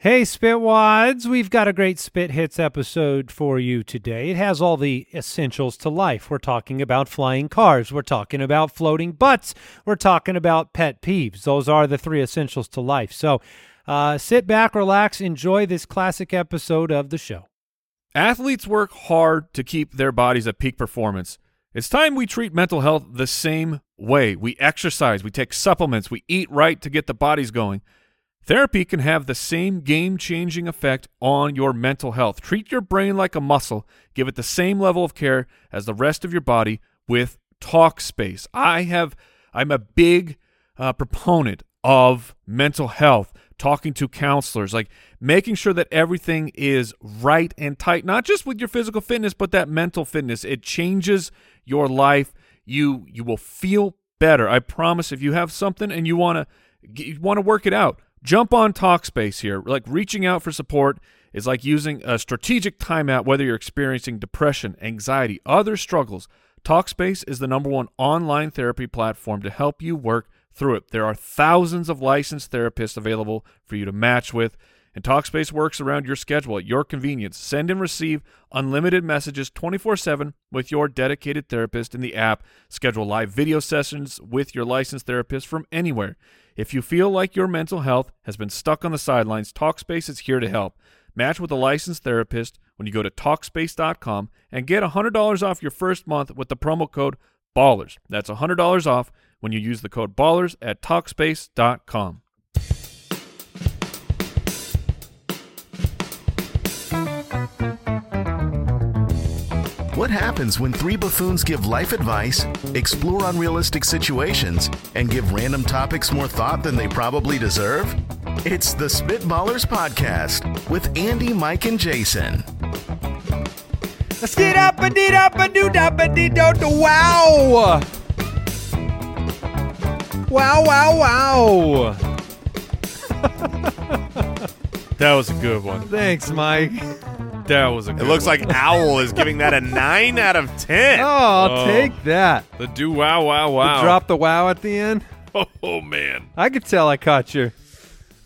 Hey, Spitwads, we've got a great Spit Hits episode for you today. It has all the essentials to life. We're talking about flying cars, we're talking about floating butts, we're talking about pet peeves. Those are the three essentials to life. So uh, sit back, relax, enjoy this classic episode of the show. Athletes work hard to keep their bodies at peak performance. It's time we treat mental health the same way. We exercise, we take supplements, we eat right to get the bodies going. Therapy can have the same game changing effect on your mental health. Treat your brain like a muscle, give it the same level of care as the rest of your body with talk space. I have I'm a big uh, proponent of mental health, talking to counselors, like making sure that everything is right and tight, not just with your physical fitness, but that mental fitness. It changes your life. You you will feel better. I promise if you have something and you want to g- you want to work it out. Jump on Talkspace here. Like reaching out for support is like using a strategic timeout whether you're experiencing depression, anxiety, other struggles. Talkspace is the number one online therapy platform to help you work through it. There are thousands of licensed therapists available for you to match with, and Talkspace works around your schedule at your convenience. Send and receive unlimited messages 24 7 with your dedicated therapist in the app. Schedule live video sessions with your licensed therapist from anywhere. If you feel like your mental health has been stuck on the sidelines, Talkspace is here to help. Match with a licensed therapist when you go to Talkspace.com and get $100 off your first month with the promo code BALLERS. That's $100 off when you use the code BALLERS at Talkspace.com. What happens when three buffoons give life advice, explore unrealistic situations, and give random topics more thought than they probably deserve? It's the Spitballers Podcast with Andy, Mike, and Jason. Let's get up and eat up and do up and eat do do wow. Wow, wow, wow. That was a good one. Thanks, Mike. That was a good It looks one. like Owl is giving that a 9 out of 10. Oh, I'll Oh. take that. the do wow wow The wow. Drop the wow at the end. Oh, man. I could tell I caught your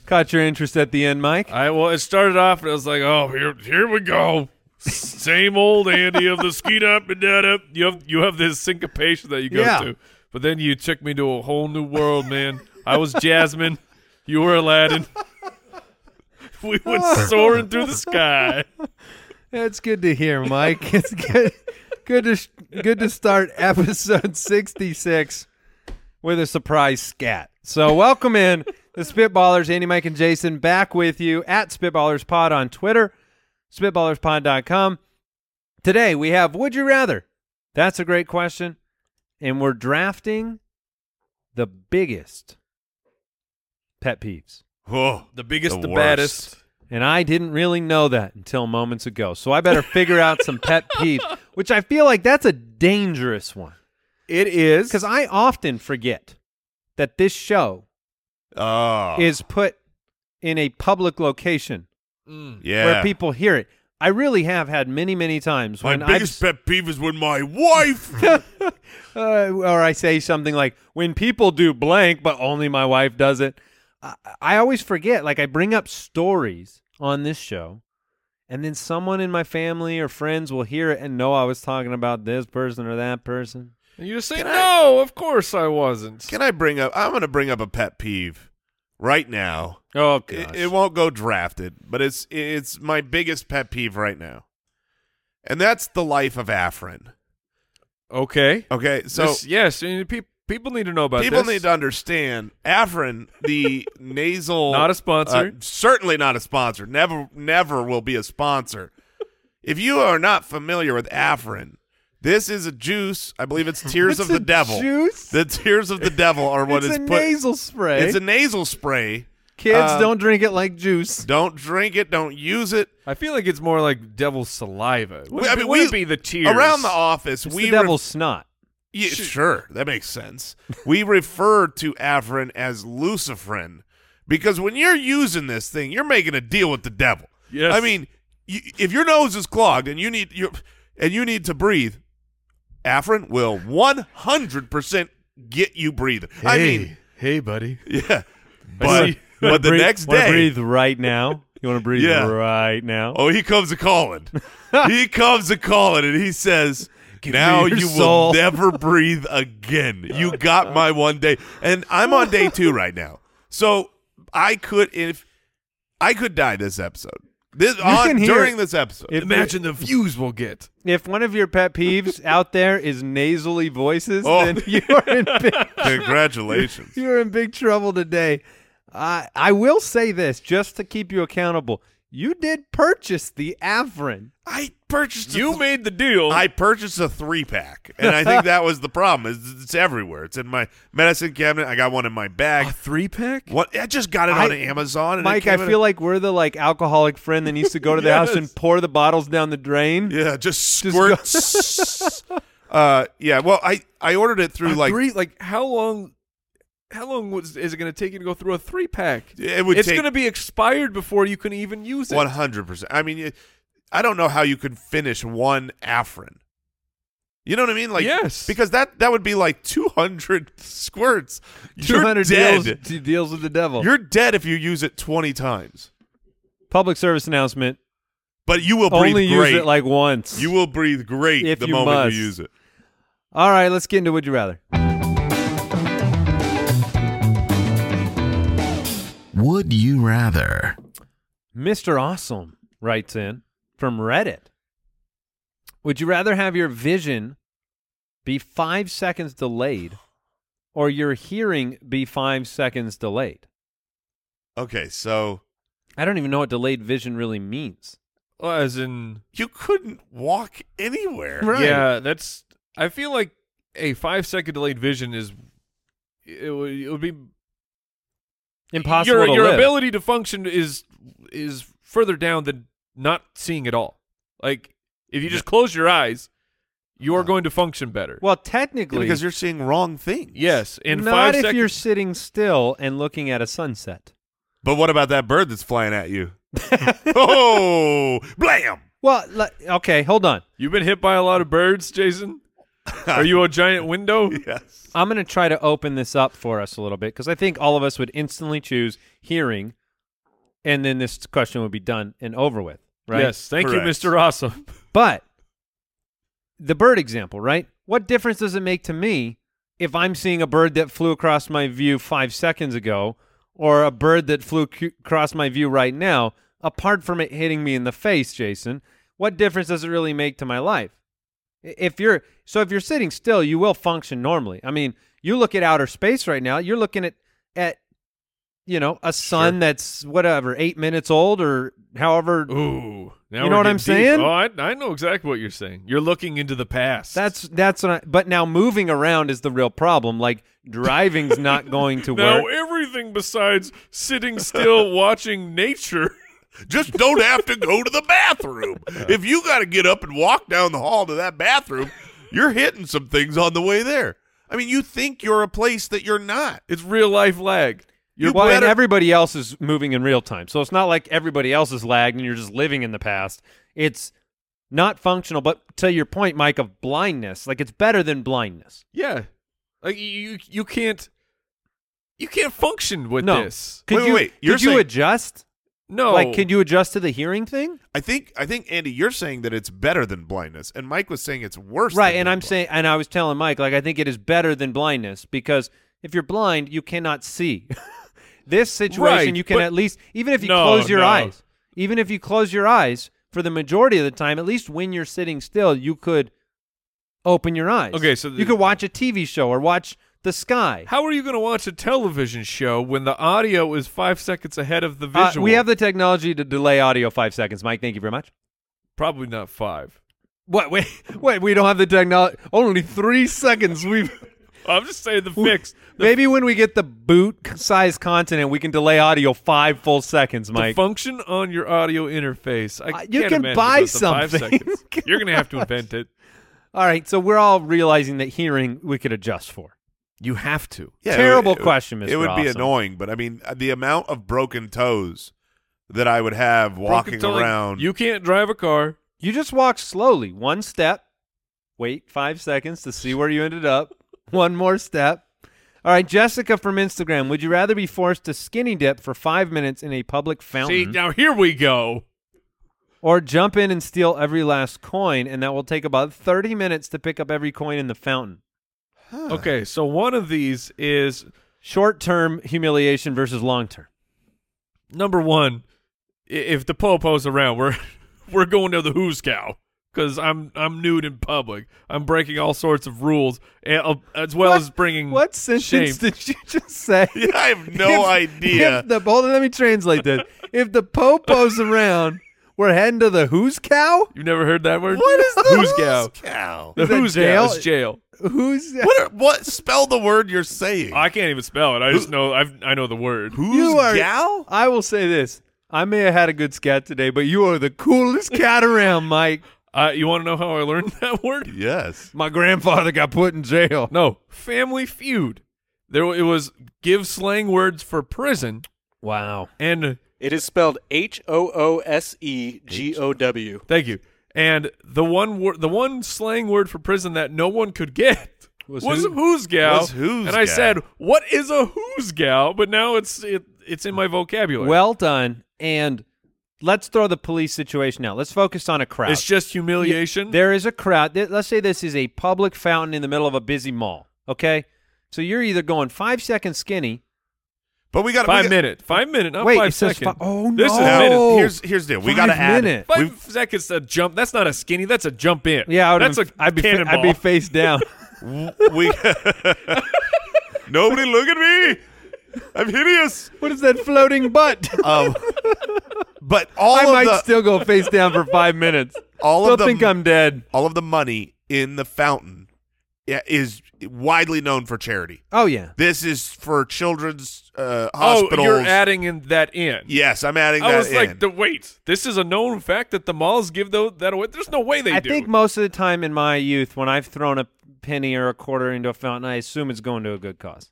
caught your interest at the end, Mike. I well, it started off and I was like, oh, here, here we go. Same old Andy of the skeet up and down up. You have you have this syncopation that you go Yeah. to, but then you took me to a whole new world, man. I was Jasmine, you were Aladdin. We went soaring through the sky. That's good to hear, Mike. It's good, good to good to start episode sixty six with a surprise scat. So welcome in the Spitballers, Andy, Mike, and Jason, back with you at Spitballers Pod on Twitter, SpitballersPod.com. Today we have Would You Rather? That's a great question, and we're drafting the biggest pet peeves. Whoa. The biggest, the, worst. baddest. And I didn't really know that until moments ago. So I better figure out some pet peeves, which I feel like that's a dangerous one It is because I often forget that this show Oh. is put in a public location yeah. where people hear it. I really have had many, many times My when I biggest pet peeve is when my wife. uh, or I say something like when people do blank, but only my wife does it. I, I always forget. Like I bring up stories on this show, and then someone in my family or friends will hear it and know I was talking about this person or that person. And you just say, no, of course I wasn't. Can I bring up? I'm going to bring up a pet peeve right now. Oh It, it won't go drafted, but it's it's my biggest pet peeve right now. And that's the life of Afrin. okay. Okay. So This- yes, and pe- people need to know about people this. need to understand Afrin, the nasal Not a sponsor. uh, certainly not a sponsor. Never never will be a sponsor. If you are not familiar with Afrin, this is a juice. I believe it's Tears of the Devil. Juice. The Tears of the Devil are what it's is a put nasal spray. It's a nasal spray Kids Uh, don't drink it like juice. Don't drink it. Don't use it. I feel like it's more like devil's saliva. Would, We- I mean, would we- it be the tears Around the office, It's we the re- devil's snot. Yeah, sure, that makes sense. we refer to Afrin as Luciferin because when you're using this thing, you're making a deal with the devil. Yes. I mean, you, if your nose is clogged and you need your and you need to breathe, Afrin will 100% get you breathing. I mean, hey, buddy. yeah. But see. but the Breathe- next wanna day, breathe right now. You want to breathe Yeah. right now? oh, he comes a calling. he comes a calling and he says, me now your you soul." will never breathe again. You got my one day, and I'm on day two right now. So I could if I could die this episode. This on can hear- during this episode. If- Imagine the views we'll get. If one of your pet peeves out there is nasally voices, Oh. then you're in big, Congratulations. you're in big trouble today. I I will say this just to keep you accountable. You did purchase the Avrin. I purchased. You a made the deal. I purchased a three pack, and I think that was the problem. It's, it's everywhere. It's in my medicine cabinet. I got one in my bag. three pack. What? I just got it on I- Amazon. And Mike, I feel like we're the like alcoholic friend that needs to go to the house and pour the bottles down the drain. yeah, just squirts. uh, yeah. Well, I I ordered it through like three, like how long? How long was, is it going to take you to go through a three pack? It would It's take- going to be expired before you can even use it. One hundred percent. I mean, it- I don't know how you could finish one Afrin. You know what I mean? Like Yes. because that that would be like two hundred squirts. Two hundred You're deals, dead. deals with the devil. You're dead if you use it twenty times. Public service announcement: But you will breathe only great. use it like once. you will breathe great If the you moment must. you use it. All right, let's get into Would You Rather. Would you rather? Mr. Awesome writes in from Reddit. Would you rather have your vision be five seconds delayed or your hearing be five seconds delayed? Okay, so I don't even know what delayed vision really means. Well, as in, you couldn't walk anywhere. yeah, that's. I feel like a five second delayed vision is. It would, it would be Impossible Your, to your live. ability to function is is further down than not seeing at all. Like if you just close your eyes, you are going to function better. well, Yeah, technically, because you're seeing wrong things. yes, in not five if seconds. you're sitting still and looking at a sunset. But what about that bird that's flying at you? oh, blam! Well, le- okay, hold on. You've been hit by a lot of birds, Jason. Are you a giant window? Yes. I'm going to try to open this up for us a little bit because I think all of us would instantly choose hearing, and then this question would be done and over with, right? Yes, thank Correct. you, Mr. Awesome. But the bird example, right? What difference does it make to me if I'm seeing a bird that flew across my view five seconds ago or a bird that flew cu- across my view right now, apart from it hitting me in the face, Jason? What difference does it really make to my life? I- If you're so if you're sitting still, you will function normally. I mean, you look at outer space right now, you're looking at at you know, a sun that's whatever, 8 minutes old or however Ooh, now You know we're what I'm getting deep. saying? Oh, I, I know exactly what you're saying. You're looking into the past. That's that's what I, but now moving around is the real problem. Like driving's not going to now work. everything besides sitting still watching nature. Just don't have to go to the bathroom. If you got to get up and walk down the hall to that bathroom, you're hitting some things on the way there. I mean, you think you're a place that you're not. It's real life lag. You well, and better- everybody else is moving in real time, so it's not like everybody else is lagged and you're just living in the past. It's not functional, but to your point, Mike, of blindness, like it's better than blindness. Yeah, like you- you you can't you can't function with no, this. could Wait, you wait, wait. You're could you saying- adjust? No, Like, could you adjust to the hearing thing? I think I think Andy, you're saying that it's better than blindness, and Mike was saying it's worse. Right, than and I'm blindness. saying, and I was telling Mike, like I think it is better than blindness because if you're blind, you cannot see. this situation, Right, you can but- at least, even if you No, close your no. eyes, even if you close your eyes for the majority of the time, at least when you're sitting still, you could open your eyes. Okay, so the- you could watch a TV show or watch the sky. How are you going to watch a television show when the audio is five seconds ahead of the Uh, visual? we have the technology to delay audio five seconds, Mike. Thank you very much. probably not five. What? Wait, wait. We don't have the technology. Only three seconds. We've I'm just saying the fix. The, Maybe when we get the boot size continent, we can delay audio five full seconds, the Mike. function on your audio interface. I Uh, you can't can imagine buy goes to five something. seconds. You're gonna have to invent it. all right, so we're all realizing that hearing we could adjust for. You have to. Yeah, it Terrible would- it, question, would- Mr. It would be Awesome. annoying, but I mean, uh, the amount of broken toes that I would have Broken walking toe, like, around. You can't drive a car. You just walk slowly, one step, wait five seconds to see where you ended up, one more step. All right, Jessica from Instagram, would you rather be forced to skinny dip for five minutes in a public See, fountain now here we go. or jump in and steal every last coin? And that will take about 30 minutes to pick up every coin in the fountain. Ah. Okay, so one of these is Short term humiliation versus long term. number one. i- If the popo's around, we're we're going to the who's cow because I'm I'm nude in public. I'm breaking all sorts of rules eh, uh, as well as bringing What sentence shame. did you just say? Yeah, I have no If- idea. if the, hold on, let me translate this. If the popo's around, we're heading to the who's cow? You've never heard that word? What is the who's cow? Cow. The Is that who's jail? cow is jail. Who's What? Are, what? Spell the word you're saying. I can't even spell it. I just know I've, I know the word. Who's you are? gal? I will say this. I may have had a good scat today, but you are the coolest cat around, Mike. Uh, you want to know how I learned that word? Yes. My grandfather got put in jail. No, Family Feud. There it was. Give slang words for prison, Wow. and It is spelled H O O S E G O W. thank you. And the one word, the one slang word for prison that no one could get was, Was who? who's gal. Was who's and I gal. said, "What is a who's gal?" But now it's it, it's in my vocabulary. Well done. And let's throw the police situation out. Let's focus on a crowd. it's just humiliation. There is a crowd. Th- Let's say this is a public fountain in the middle of a busy mall. Okay, so you're either going five seconds skinny. But we got five we got, minute, five minute, not Wait, five it says second. fi- oh, This is no. Now, minute. Here's here's the deal. We Oh. Five got to add. minute. Five We've seconds to uh, jump. That's not a skinny. That's a jump in. Yeah, I would that's a have- I'd be fa- cannonball. I'd be face down. we. Nobody look at me. I'm hideous. what is that floating butt? Um, but all I of might the still go face down for five minutes. all Still of the think I'm dead. all of the money in the fountain yeah, is widely known for charity. Oh yeah. This is for children's uh, oh, hospitals. you're adding in that in. yes, I'm adding I that was in. like, the, wait, this is a known fact that the malls give tho- that away. There's no way they I do. think most of the time in my youth, when I've thrown a penny or a quarter into a fountain, I assume it's going to a good cause.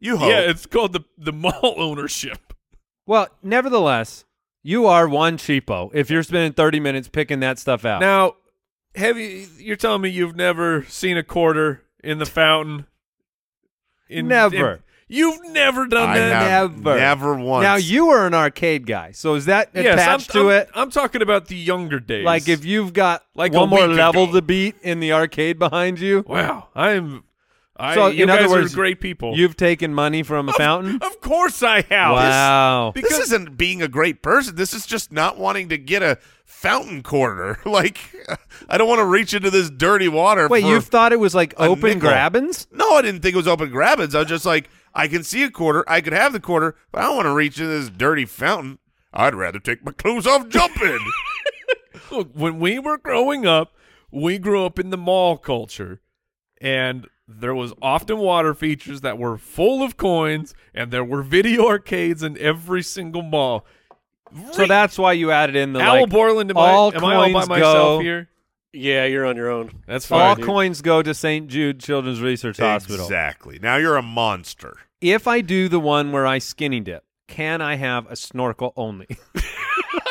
you hope. yeah, it's called the the mall ownership. Well, nevertheless, you are one cheapo if you're spending 30 minutes picking that stuff out. Now, have you? You're telling me you've never seen a quarter in the fountain? Never. you've never done I that. have Never. never once. Now you were an arcade guy, so is that Yes, I'm- attached I'm, to it? I'm talking about the younger days. Like if you've got Like like a one more week level ago. to beat in the arcade behind you. Wow, I'm. I, So, you in guys other words, are great people. You've taken money from a fountain. Of course I have. Wow. This- this isn't being a great person. This is just not wanting to get a fountain quarter. like, I don't want to reach into this dirty water. Wait, for- you thought it was like a open nickel. grabbins? No, I didn't think it was open grabbings. I was just like, I can see a quarter. I could have the quarter, but I don't want to reach into this dirty fountain. I'd rather take my clothes off jumping. Look, when we were growing up, we grew up in the mall culture, and there was often water features that were full of coins, and there were video arcades in every single mall. So that's why you added in the Owl like, Borland, am, all I, am I all by coins go- myself here? Yeah, you're on your own. That's all fine. dude. coins go to St. Jude Children's Research Hospital. Exactly. Now you're a monster. If I do the one where I skinny dip, can I have a snorkel only?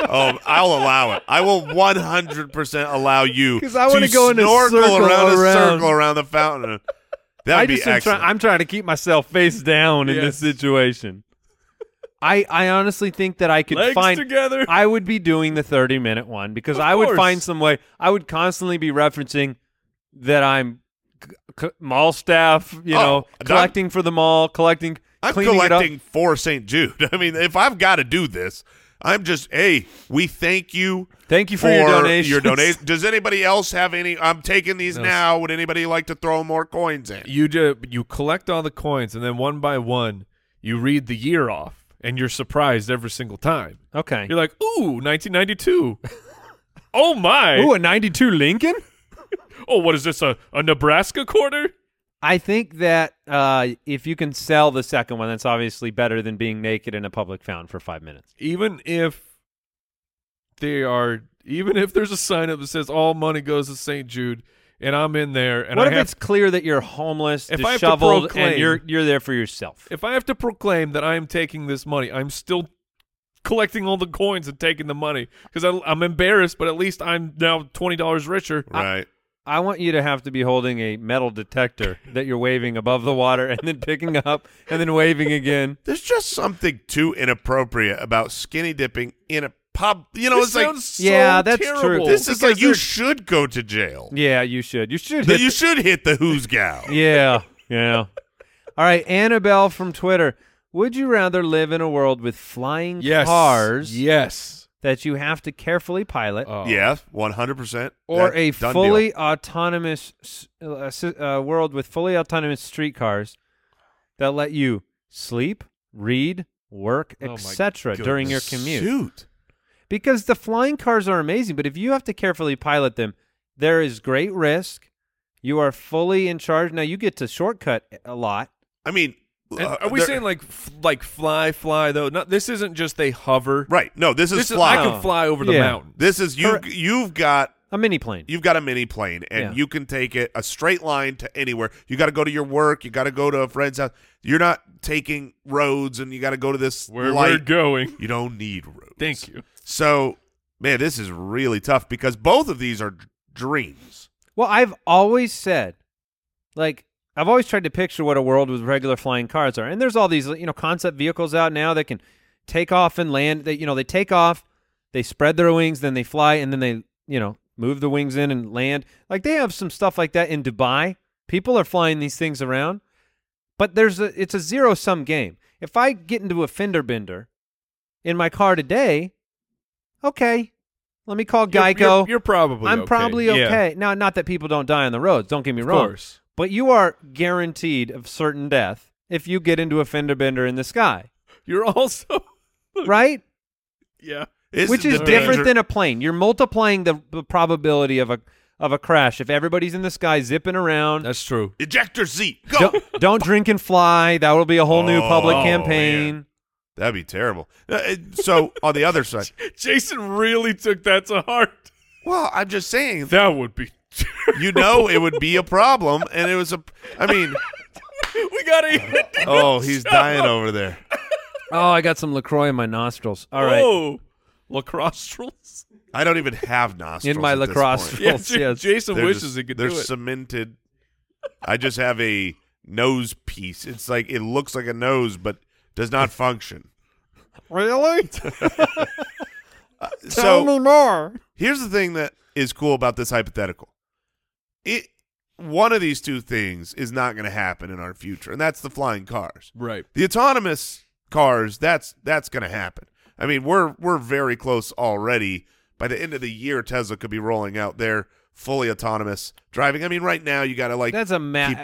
Oh, I'll allow it. I will 100% allow you 'Cause I wanna to go in a snorkel circle around, a around. circle around the fountain. That I would be just am try- excellent. I'm trying to keep myself face down in this Yes. situation. I I honestly think that I could Legs find together. I would be doing the 30 minute one because Of I would course. find some way. I would constantly be referencing that I'm c- c- mall staff, you Oh, know, I'm- collecting for the mall, collecting, I'm cleaning it collecting up. for St. Jude. I mean, if I've got to do this, I'm just, hey, we thank you. Thank you for your donations. Your donation. Does anybody else have any? I'm taking these No. now. Would anybody like to throw more coins in? You do, you collect all the coins, and then one by one, you read the year off, and you're surprised every single time. Okay. You're like, ooh, 1992. oh my! Ooh, a 92 Lincoln? oh, what is this? A, a Nebraska quarter? I think that uh, if you can sell the second one, that's obviously better than being naked in a public fountain for five minutes. even if they are even if there's a sign up that says all money goes to St. Jude and I'm in there and what I if have it's clear that you're homeless, If I have to disheveled, proclaim- and you're you're there for yourself? if I have to proclaim that I am taking this money, I'm still collecting all the coins and taking the money because I'm embarrassed, but at least I'm now twenty dollars richer. Right. I want you to have to be holding a metal detector that you're waving above the water and then picking up and then waving again. There's just something too inappropriate about skinny dipping in a pub. You know, this it's like sounds so Yeah, that's true. terrible. this is like you they're- should go to jail. Yeah, you should. You should. That hit you should hit the who's gal. Yeah, yeah. All right, Annabelle from Twitter. Would you rather live in a world with flying yes. cars Yes. that you have to carefully pilot, Oh. Yeah, one hundred percent. or a fully autonomous s- uh, s- uh, world with fully autonomous streetcars that let you sleep, read, work, Oh my etc. during your commute? Shoot. Because the flying cars are amazing, but if you have to carefully pilot them, there is great risk. You are fully in charge. Now you get to shortcut a lot. I mean, And uh, are we there- saying like f- like fly fly though? Not this isn't just they hover. right? No, this is This is, fly. I can fly over the Yeah. mountain. This is you. You've got A mini plane. you've got a mini plane, and Yeah. you can take it a straight line to anywhere. You got to go to your work. You got to go to a friend's house. You're not taking roads, and you got to go to this Where we're light. going. you don't need roads. Thank you. So, man, this is really tough because both of these are d- dreams. Well, I've always said, like, I've always tried to picture what a world with regular flying cars are. And there's all these, you know, concept vehicles out now that can take off and land. They, you know, they take off, they spread their wings, then they fly, and then they, you know, move the wings in and land. Like, they have some stuff like that in Dubai. People are flying these things around, but there's a, it's a zero sum game. If I get into a fender bender in my car today, okay, let me call You're- Geico. You're, you're probably. I'm okay. probably Yeah. okay. Now, not that people don't die on the roads. Don't get me Of wrong. course. But you are guaranteed of certain death if you get into a fender bender in the sky, You're also. right? Yeah. This Which is the different danger- than a plane. You're multiplying the, the probability of a of a crash if everybody's in the sky zipping around. That's true. ejector seat. Go. don't, don't drink and fly. That will be a whole new public Oh, campaign. man. That'd be terrible. Uh, uh, So on the other side, Jason really took that to heart. well, I'm just saying, That would be. you know, it would be a problem, and it was a. I mean, we gotta even. do oh, this. he's Shut dying up. over there. Oh, I got some Lacroix in my nostrils. All right, Oh, lacrosse. I don't even have nostrils In my at this lacrosse- point. Yeah, Yes, J- yes. Jason They're wishes just- he could They're do it. cemented. I just have a nose piece. It's like it looks like a nose, but does not function. really? so more. here's the thing that is cool about this hypothetical. It one of these two things is not going to happen in our future, and that's the flying cars. right. The autonomous cars, that's that's going to happen. I mean, we're we're very close already. By the end of the year, Tesla could be rolling out their fully autonomous driving. I mean, right now you got to like That's a ma- keep-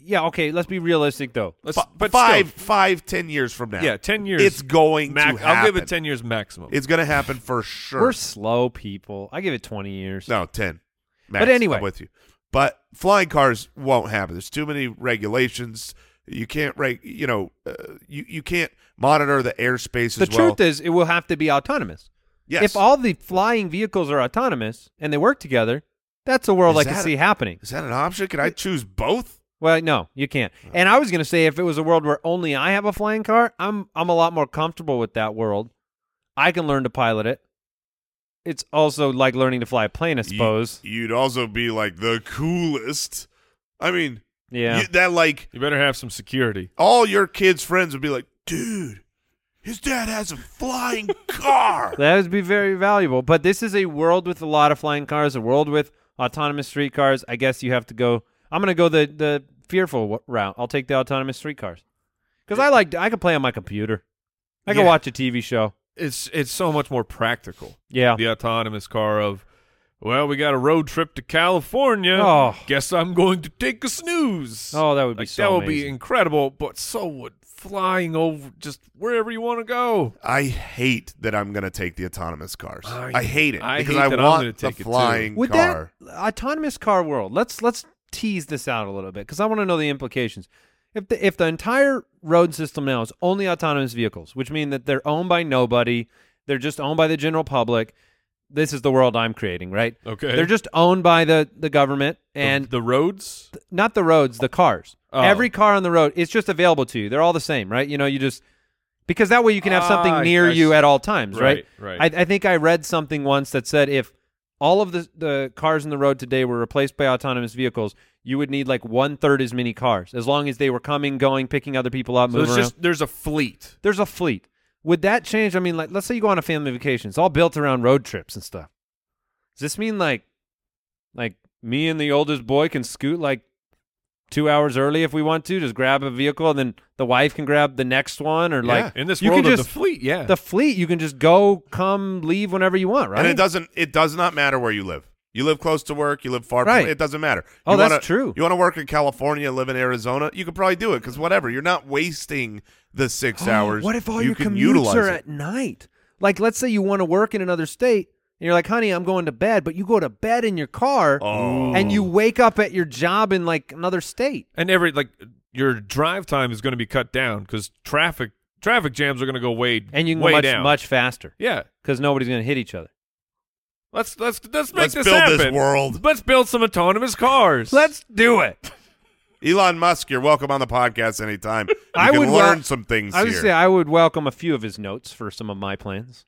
Yeah. Okay. Let's be realistic though. Let's, fi- but five still, five ten years from now. Yeah, 10 years. It's going mac- to happen. I'll give it ten years maximum. It's going to happen for sure. We're slow people. I give it 20 years. No, ten. But Max, anyway. I'm with you. But flying cars won't happen. There's too many regulations. You can't, reg- you know, uh, you you can't monitor the airspace The as well. truth is, it will have to be autonomous. yes. If all the flying vehicles are autonomous and they work together, that's a world Is I can that- see happening. is that an option? Can I choose both? Well, no, you can't. Oh. And I was going to say, if it was a world where only I have a flying car, I'm I'm a lot more comfortable with that world. I can learn to pilot it. It's also like learning to fly a plane, I suppose. You, would also be like the coolest. I mean, yeah. you- that like you better have some security. all your kids' friends would be like, dude, his dad has a flying car. That would be very valuable. But this is a world with a lot of flying cars, a world with autonomous streetcars. I guess you have to go. I'm going to go the the fearful w- route. I'll take the autonomous streetcars because I like. I can play on my computer. I can Yeah. watch a TV show. It's it's so much more practical. Yeah. The autonomous car of, well, we got a road trip to California. Oh. Guess I'm going to take a snooze. Oh, that would be like, so that would be amazing. incredible. But so would flying over just wherever you want to go. I hate that I'm going to take the autonomous cars. I- I, hate it I because hate I that I'm want gonna the take it, too. flying With car. that autonomous car world, let's let's tease this out a little bit because I want to know the implications. If the, if the entire road system now is only autonomous vehicles, which mean that they're owned by nobody, they're just owned by the general public. This is the world I'm creating, right? Okay. They're just owned by the the government and the, the roads. not the roads, the cars. Oh. Every car on the road, it's just available to you. They're all the same, right? You know, you just because that way you can have Ah, I- something near I you see. at all times, right? Right, right. I, I think I read something once that said if all of the the cars on the road today were replaced by autonomous vehicles, you would need like one third as many cars, as long as they were coming, going, picking other people up, So moving it's around. just there's a fleet. There's a fleet. Would that change? I mean, like, let's say you go on a family vacation. It's all built around road trips and stuff. Does this mean like, like me and the oldest boy can scoot like two hours early if we want to? Just grab a vehicle, and then the wife can grab the next one, or like in this you world can of just, the fleet, yeah. the fleet. You can just go, come, leave whenever you want, right? And it doesn't it does not matter where you live. You live close to work, you live far Right. from it doesn't matter. Oh, you that's wanna- true. You want to work in California, live in Arizona, you could probably do it cuz whatever, you're not wasting the 6 Oh, hours. What if all you your can commutes utilize are it. at night? Like, let's say you want to work in another state, and you're like, "Honey, I'm going to bed," but you go to bed in your car, Oh. and you wake up at your job in like another state. and every like your drive time is going to be cut down because traffic traffic jams are going to go way And you can go way much down. much faster yeah. because nobody's going to hit each other. Let's let's let's make Let's this build happen. this world. Let's build some autonomous cars. do it. Elon Musk, you're welcome on the podcast anytime. You I can would wel- learn some things I would here. say I would welcome a few of his notes for some of my plans.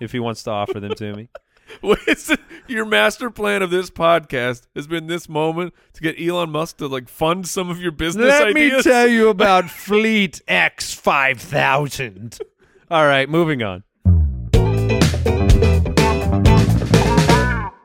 If he wants to offer them to me, What's- your master plan of this podcast has been this moment to get Elon Musk to like fund some of your business ideas. you about Fleet X Five Thousand. All right, moving on.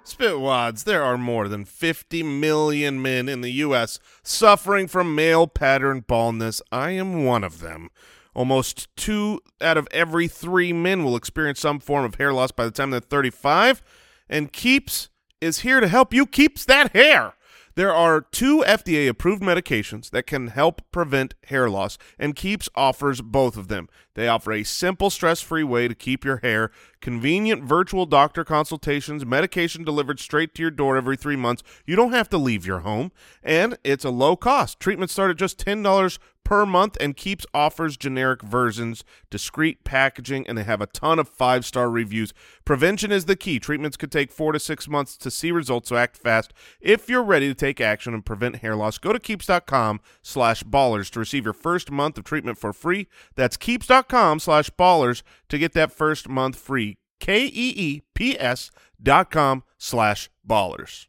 Spitwads, there are more than 50 million men in the U.S. suffering from male pattern baldness. I am one of them. Almost two out of every three men will experience some form of hair loss by the time they're 35. And Keeps is here to help you. Keeps that hair. There are two FDA approved medications that can help prevent hair loss, and Keeps offers both of them. They offer a simple, stress free way to keep your hair, convenient virtual doctor consultations, medication delivered straight to your door every three months. You don't have to leave your home, and it's a low cost. Treatments start at just $10 per month and keeps offers generic versions discreet packaging and they have a ton of five star reviews prevention is the key treatments could take four to six months to see results so act fast if you're ready to take action and prevent hair loss go to keeps.com slash ballers to receive your first month of treatment for free that's keeps.com slash ballers to get that first month free E k-e-e-p-s dot com slash ballers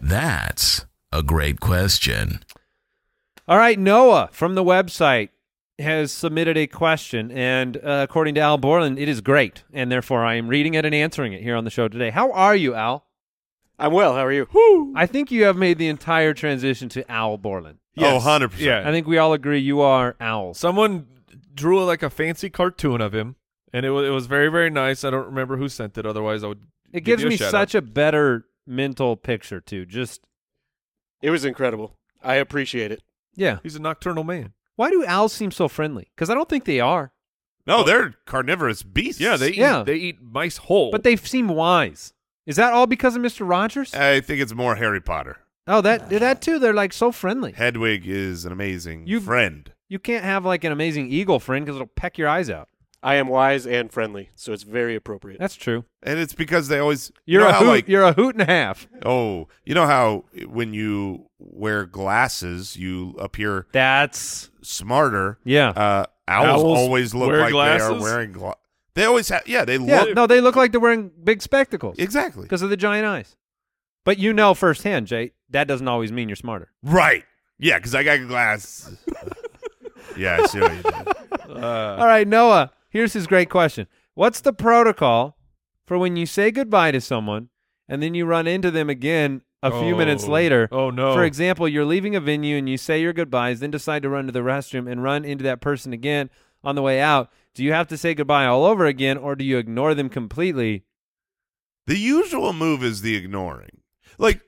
That's a great question. All right, Noah from the website has submitted a question, and uh, according to Al Borland, it is great, and therefore I am reading it and answering it here on the show today. How are you, Al? I'm well. How are you? I think you have made the entire transition to Al Borland. oh 100% Yeah. I think we all agree you are Al. Someone drew like a fancy cartoon of him, and it was it was very very nice. I don't remember who sent it. Otherwise, I would. It give gives you a me shout such out. a better mental picture too. Just It was incredible. I appreciate it. yeah. He's a nocturnal man. Why do owls seem so friendly? Because I don't think they are, no they're carnivorous beasts Yeah, they eat, Yeah. they eat mice whole. but they seem wise. Is that all because of Mister Rogers? i think it's more harry potter oh, that that too. They're like so friendly. Hedwig is an amazing You- friend. You can't have like an amazing eagle friend because it'll peck your eyes out. I am wise and friendly, so it's very appropriate. That's true. And it's because they always you You're know a how, hoot. like you're a hoot and a half. oh you know how when you wear glasses you appear That's smarter. Yeah. Uh owls, Owls always look wear like they are glasses? wearing glasses. They always have yeah, they yeah. look No, they look like they're wearing big spectacles exactly. because of the giant eyes. But you know firsthand, Jay, that doesn't always mean you're smarter. Right. Yeah, cuz I got glasses. yeah, I see what you did. Uh, All right, Noah, here's his great question. What's the protocol for when you say goodbye to someone and then you run into them again a few Oh. minutes later? Oh, no. For example, you're leaving a venue and you say your goodbyes, then decide to run to the restroom and run into that person again on the way out. Do you have to say goodbye all over again or do you ignore them completely? The usual move is the ignoring. Like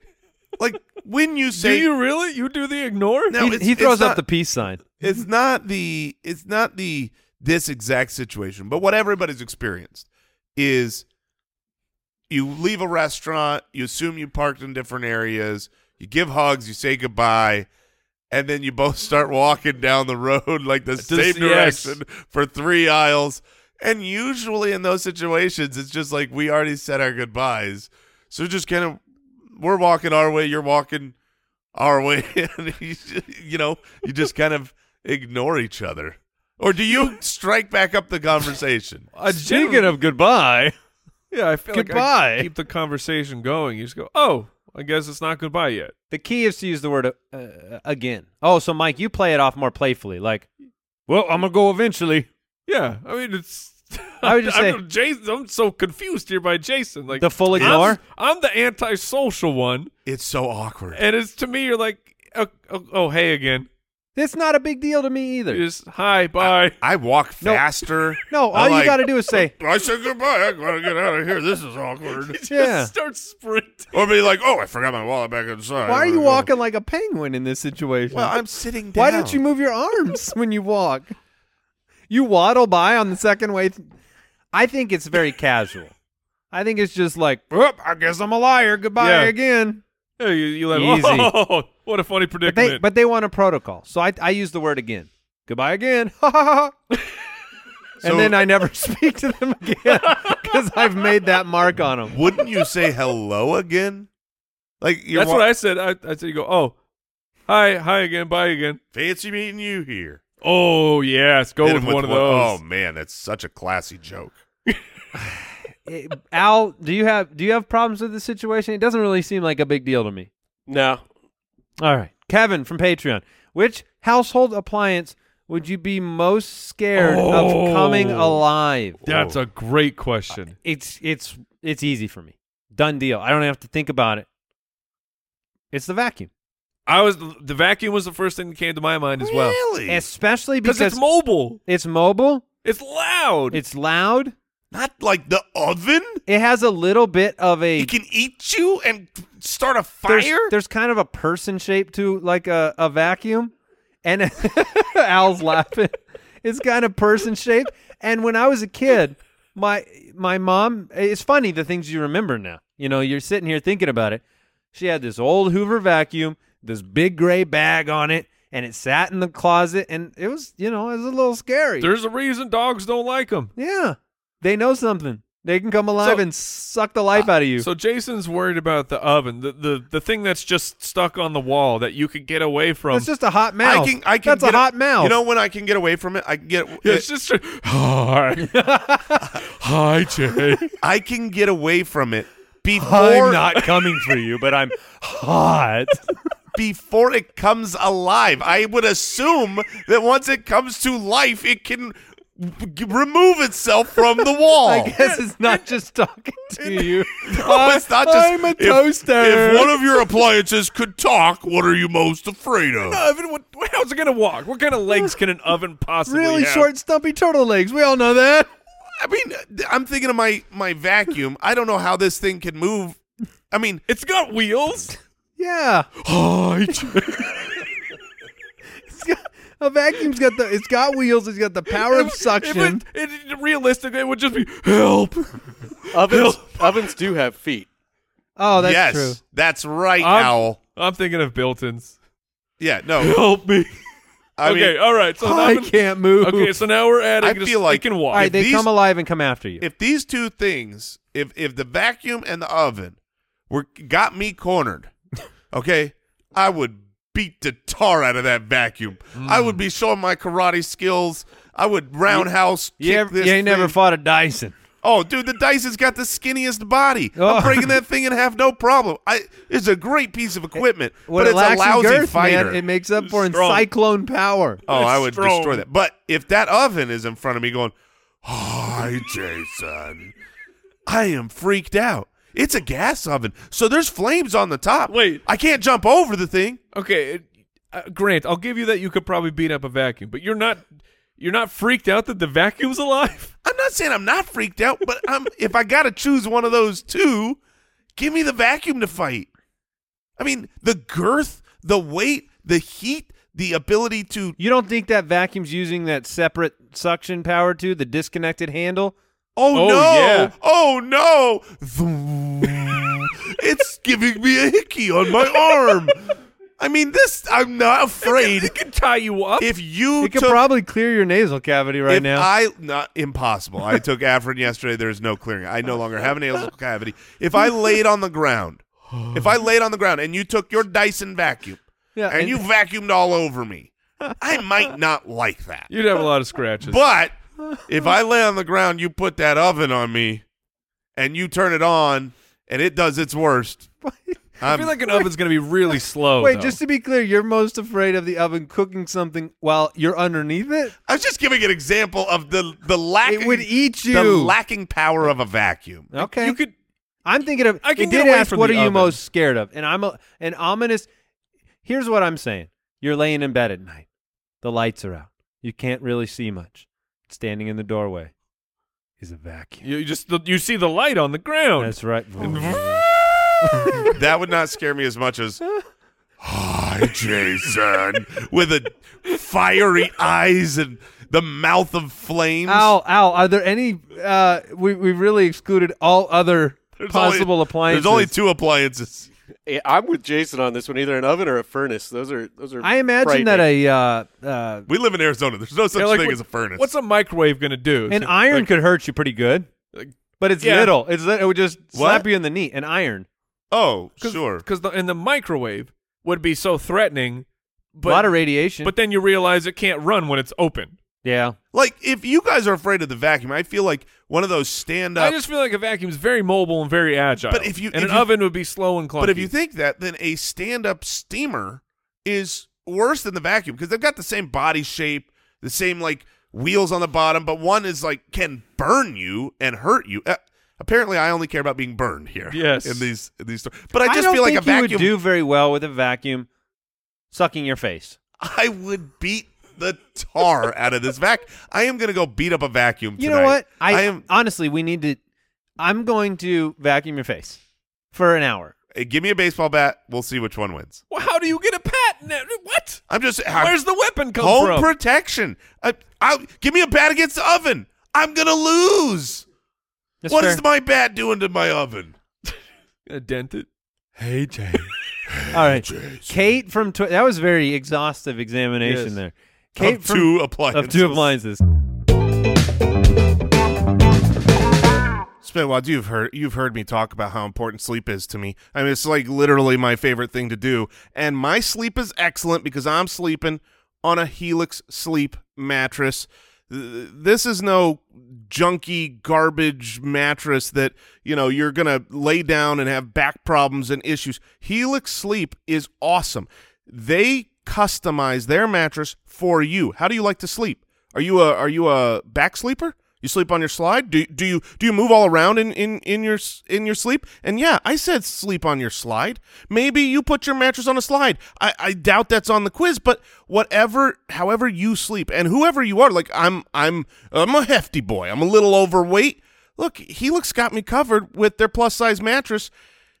like when you say do you really? You do the ignore? No, he, it's- he it's throws not- up the peace sign. it's not the it's not the this exact situation, but what everybody's experienced. is you leave a restaurant, you assume you parked in different areas, you give hugs, you say goodbye, and then you both start walking down the road like the same yes. direction for three aisles. And usually in those situations, it's just like we already said our goodbyes. So just kind of, we're walking our way, you're walking our way. And you, you know, you just kind of ignore each other. Or do you strike back up the conversation? Uh, Speaking of goodbye, yeah, I feel like Goodbye. I keep the conversation going. You just go, oh, I guess it's not goodbye yet. the key is to use the word uh, again. Oh, so Mike, you play it off more playfully, like, "Well, I'm gonna go eventually." Yeah, I mean it's. I would just say- I'm, Jason, I'm so confused here by Jason. Like The full I'm- ignore? I'm, the antisocial one, It's so awkward. and it's to me you're like, oh, oh, oh, hey again. It's not a big deal to me either. You just hi, bye. I walk No. faster. no, all I you like- got to do is say, I said goodbye. I gotta get out of here. This is awkward. Just Yeah. start sprinting. Or be like, oh, I forgot my wallet back inside. "Why are you walking like a penguin in this situation?" Well, I'm sitting down. Why don't you move your arms when you walk? You waddle by on the second way. th- I think it's very casual. I think it's just like, "Oop, I guess I'm a liar. Goodbye Yeah. again. Yeah, you, you let Easy. Oh, what a funny But they predicament. but they want a protocol. So I I use the word again. Goodbye again. Ha ha ha. So- And then I never speak to them again because I've made that mark on them. Wouldn't you say hello again? Like you're That's wa- what I said. I, I said you go, oh, hi, hi again, bye again. fancy meeting you here. Oh yes, go Hit with, him one of those. Oh man, that's such a classy joke. Al, do you have do you have problems with this situation? It doesn't really seem like a big deal to me. No. All right, Kevin from Patreon. Which household appliance would you be most scared Oh. of coming alive? That's a great question. It's it's it's easy for me. Done deal. I don't have to think about it. It's the vacuum, I was the vacuum was the first thing that came to my mind as well Really? especially because because it's mobile, it's mobile. it's loud. It's loud. Not like the oven. It has a little bit of a It can eat you and start a fire. there's, there's kind of a person shape to like a, a vacuum, and Al's laughing. It's kind of person shaped. And when I was a kid, my my mom. It's funny the things you remember now. You know, you're sitting here thinking about it. She had this old Hoover vacuum, this big gray bag on it, and it sat in the closet. And it was, you know, it was a little scary. There's a reason dogs don't like them. yeah, they know something. They can come alive So- and suck the life out of you. So Jason's worried about the oven, the, the the thing that's just stuck on the wall that you could get away from. That's just a hot mouth. I can. I can That's get a hot mouth. You know when I can get away from it, I can get. Yeah, it's just hi, hi, Jay. I can get away from it before coming for you, but I'm hot. before it comes alive. I would assume that once it comes to life, it can g- remove itself from the wall. I guess it's not just talking to you. No, it's not just, I'm a if- toaster. If, one of your appliances could talk, what are you most afraid of? oven, what, how's it gonna walk? What kind of legs can an oven possibly really have? short, stumpy turtle legs. We all know that. I mean, th- I'm thinking of my my vacuum. I don't know how this thing can move. I mean, It's got wheels. Yeah, Oh, Hi, Jay. It's got- a vacuum's got the. It's got wheels. It's got the power of If suction. it, it, realistically, it would just be help. Ovens ovens do have feet. Oh, that's yes, true. that's right, I'm- Owl. I'm thinking of built-ins. Yeah, no. Help me. I okay, mean, all right. So I now- can't move. Okay, so now we're adding. I just- feel like- it can all walk. right, if they these- come alive and come after you. if these two things, if if the vacuum and the oven were got me cornered, okay, I would beat the tar out of that vacuum. I Mm. would be showing my karate skills. I would roundhouse you kick ever- this. you ain't never thing. fought a Dyson. Oh, dude, the Dyson's got the skinniest body. Oh. I'm breaking that thing in half, no problem. I it's a great piece of equipment, What but it it's a lacks in lousy girth, fighter. man, it makes up for in Strong. cyclone power. oh, I would strong. destroy that. But if that oven is in front of me, going, "Hi, Jason," I am freaked out. It's a gas oven, so there's flames on the top. Wait. I can't jump over the thing. Okay, it- uh, Grant, I'll give you that. You could probably beat up a vacuum, but you're not. You're not freaked out that the vacuum's alive. I'm not saying I'm not freaked out, but I'm if I gotta choose one of those two, give me the vacuum to fight. I mean, the girth, the weight, the heat, the ability to You don't think that vacuum's using that separate suction power to the disconnected handle? Oh, Oh, no! yeah. Oh no! it's giving me a hickey on my arm. I mean, this. I'm not afraid. It can tie you up. If you It could took, probably clear your nasal cavity right if now. I not impossible. I took Afrin yesterday. There's no clearing. it. I Oh, no longer have an nasal cavity. If I laid on the ground, if I laid on the ground, and you took your Dyson vacuum yeah, and you vacuumed all over me, I might not like that. You'd have a lot of scratches. But if I lay on the ground, you put that oven on me, and you turn it on, and it does its worst. I feel like an oven's going to be really Oh, slow. Wait, though. just to be clear, you're most afraid of the oven cooking something while you're underneath it? I was just giving an example of the the lacking It would eat you. the lacking power of a vacuum. okay. you could. I'm thinking of. I can it get did away ask, from "What are the you oven." most scared of?" And I'm a, an ominous. Here's what I'm saying: You're laying in bed at night. The lights are out. You can't really see much. Standing in the doorway is a vacuum. You you just you see the light on the Oh, ground. That's right. That would not scare me as much as Hi Jason with a fiery eyes and the mouth of flames. ow, ow. Are there any? Uh, we we really excluded all other There's only- possible appliances. There's only two appliances. Eh, I'm with Jason on this one. Either an oven or a furnace. Those are those are. I imagine that frightening. a uh, uh, We live in Arizona. There's no such Yeah, like, thing what- as a furnace. What's a microwave going to do? an iron could hurt you pretty good, but it's Yeah. little. It's li- it would just slap What? you in the knee. An iron. oh, Cause, sure. Because the, and the microwave would be so threatening. But, a lot of radiation. But then you realize it can't run when it's open. yeah. Like if you guys are afraid of the vacuum, I feel like one of those stand I up. just feel like a vacuum is very mobile and very agile. uh, But if you- and if an you- oven would be slow and clunky. But if you think that, then a stand up steamer is worse than the vacuum because they've got the same body shape, the same like wheels on the bottom, but one is like can burn you and hurt you. Uh, apparently, I only care about being burned here. Yes. in these in these stories. But I just don't feel like a think vacuum. You would do very well with a vacuum sucking your face. I would beat the tar out of this vac. I am gonna go beat up a vacuum. You know tonight. what? I, I am. honestly, we need to. I'm going to vacuum your face for an hour. uh, Give me a baseball bat. We'll see which one wins. well, how do you get a patent? What? I'm just. Where's the weapon come home from? protection. I, I, give me a bat against the oven. I'm gonna lose. What That's is fair. my bat doing to my oven? Gonna dent it. Hey Jay. All right, Kate from Twi- that was very exhaustive examination Yes. there. Kate of from two appliances. of two appliances. Spitwads, you've heard you've heard me talk about how important sleep is to me. I mean, it's like literally my favorite thing to do, and my sleep is excellent because I'm sleeping on a Helix sleep mattress. Th- This is no junky garbage mattress that you know you're gonna lay down and have back problems and issues. Helix Sleep is awesome. They customize their mattress for you. How do you like to sleep? Are you a are you a back sleeper? You sleep on your slide? Do do you do you move all around in in in your s- in your sleep? And yeah, I said sleep on your slide. Maybe you put your mattress on a slide. I I doubt that's on the quiz, but whatever, however you sleep and whoever you are, like I'm I'm I'm a hefty boy. I'm a little overweight. Look, Helix got me covered with their plus size mattress.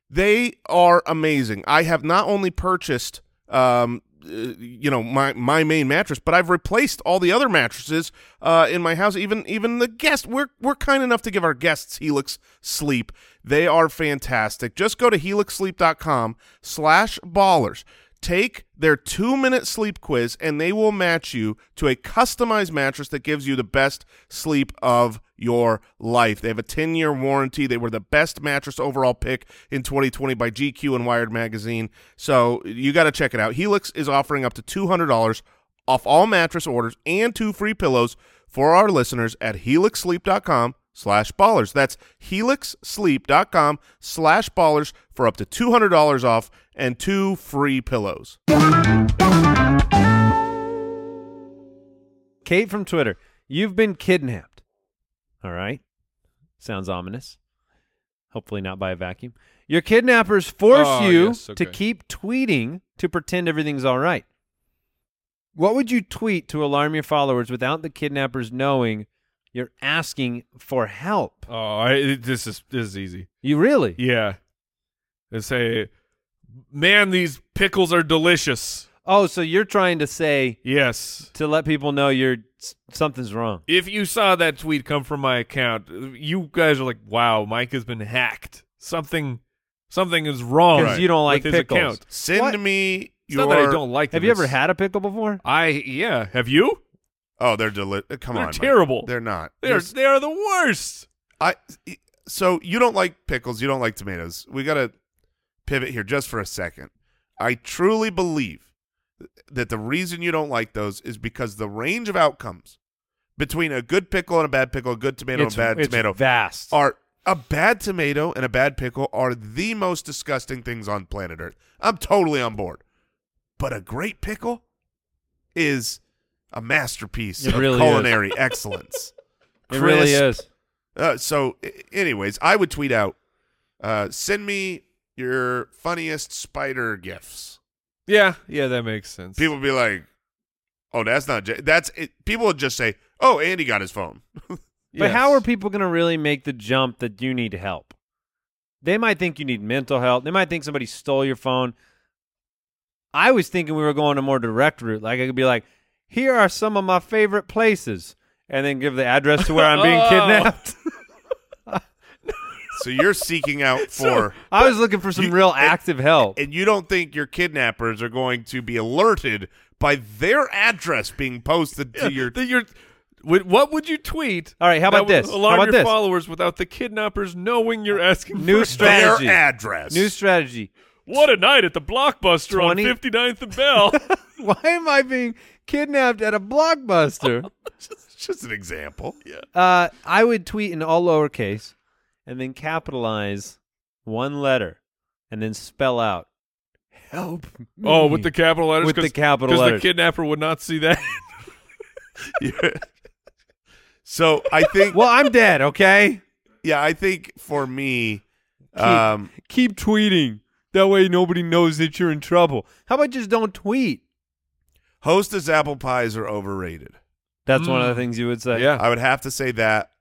They are amazing. I have not only purchased um uh, you know my my main mattress but i've replaced all the other mattresses uh in my house even even the guest we're we're kind enough to give our guests helix sleep they are fantastic just go to helixsleep.com slash ballers take their two minute sleep quiz and they will match you to a customized mattress that gives you the best sleep of your life. They have a 10 year warranty. They were the best mattress overall pick in 2020 by GQ and Wired Magazine. So you got to check it out. Helix is offering up to $200 off all mattress orders and two free pillows for our listeners at helixsleep.com slash ballers. That's helixsleep.com slash ballers for up to $200 off and two free pillows. Kate from Twitter, you've been kidnapped. All right. Sounds ominous. Hopefully not by a vacuum. Your kidnappers force Oh, you yes, to okay. keep tweeting to pretend everything's all right. What would you tweet to alarm your followers without the kidnappers knowing you're asking for help? Oh, I, it- this is this is easy. You really? Yeah. They say, man, these pickles are delicious. Oh, so you're trying to say Yes. to let people know you're s- something's wrong. If you saw that tweet come from my account, you guys are like, "Wow, Mike has been hacked. Something, something is wrong." 'Cause you don't like with his pickles. account. Send What? me It's your. not that I don't like. Have them, you ever it's- had a pickle before? I yeah. Have you? Oh, they're deli- uh, Come They're on, Mike. terrible. They're not. They're Just- they are the worst. I. e, So you don't like pickles. You don't like tomatoes. We gotta pivot here just for a second. I truly believe that the reason you don't like those is because the range of outcomes between a good pickle and a bad pickle, a good tomato it's, and a bad it's tomato, vast. Oh, are a bad tomato and a bad pickle are the most disgusting things on planet Earth. I'm totally on board. But a great pickle is a masterpiece It of really is. culinary excellence. it really crisp. is. Uh, so, i- anyways, I would tweet out, uh, send me your funniest spider gifts. Yeah, yeah, that makes sense. People would be like, oh, that's not, J-. that's it. People would just say, oh, Andy got his phone. But how are people going to really make the jump that you need help? They might think you need mental health. They might think somebody stole your phone. I was thinking we were going a more direct route. Like I could be like, "Here are some of my favorite places," and then give the address to where I'm being Oh. kidnapped. so you're seeking out for. I was looking for some You- real and- active help. and you don't think your kidnappers are going to be alerted by their address being posted to your The- your- wh- what would you tweet? All right, how that about would this? How Alarm about your this? followers without the kidnappers knowing you're asking. New for- their strategy. address. New strategy. What a night at the Blockbuster 20 on 59th and Bell. Why am I being kidnapped at a blockbuster? It's just an example. Yeah. Uh, I would tweet in all lowercase and then capitalize one letter and then spell out help. Me. oh, with the capital letters. With the 'cause- capital 'cause letters. the kidnapper would not see that. So I think well, I'm dead. Okay, yeah, I think for me um keep tweeting. That way, nobody knows that you're in trouble. How about just don't tweet? Hostess apple pies are overrated. That's one of the things you would say. Mm. yeah. I would have to say that.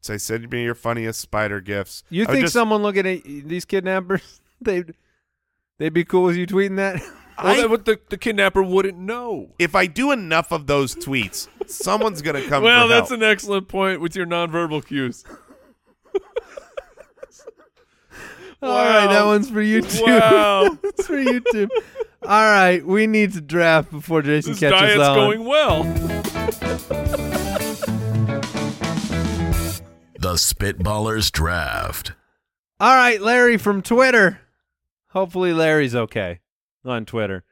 Say send me your funniest spider gifts. You I would think just- someone looking at these kidnappers, they'd they'd be cool with you tweeting that? Well, I- that would- the, the kidnapper wouldn't know. if I do enough of those tweets, someone's gonna come. well, for that's help. an excellent point with your nonverbal cues. All right, that Wow. one's for you too. Wow. That's for you too. All right, we need to draft before Jason This catches diet's that one. going well. The Spitballers Draft. All right, Larry from Twitter. Hopefully, Larry's okay on Twitter.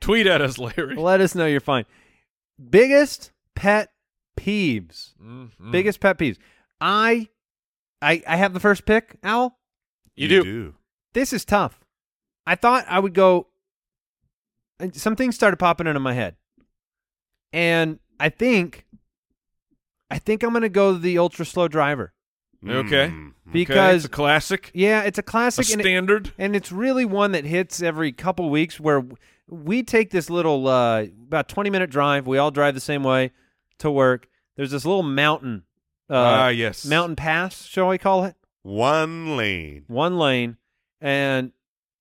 Tweet at us, Larry. Let us know you're fine. Biggest pet peeves. Mhm. Biggest pet peeves. I, I, I have the first pick. Al, You do. this is tough. I thought I would go. and Some things started popping into my head, and I think, I think I'm gonna go the ultra slow driver Okay. Mm. okay, it's because a classic, yeah, it's a a classic and it- standard. and it's really one that hits every couple weeks where w- we take this little uh, about 20 minute drive we all drive the same way to work there's this little mountain uh, Ah, yes. mountain pass shall we call it One lane. one lane and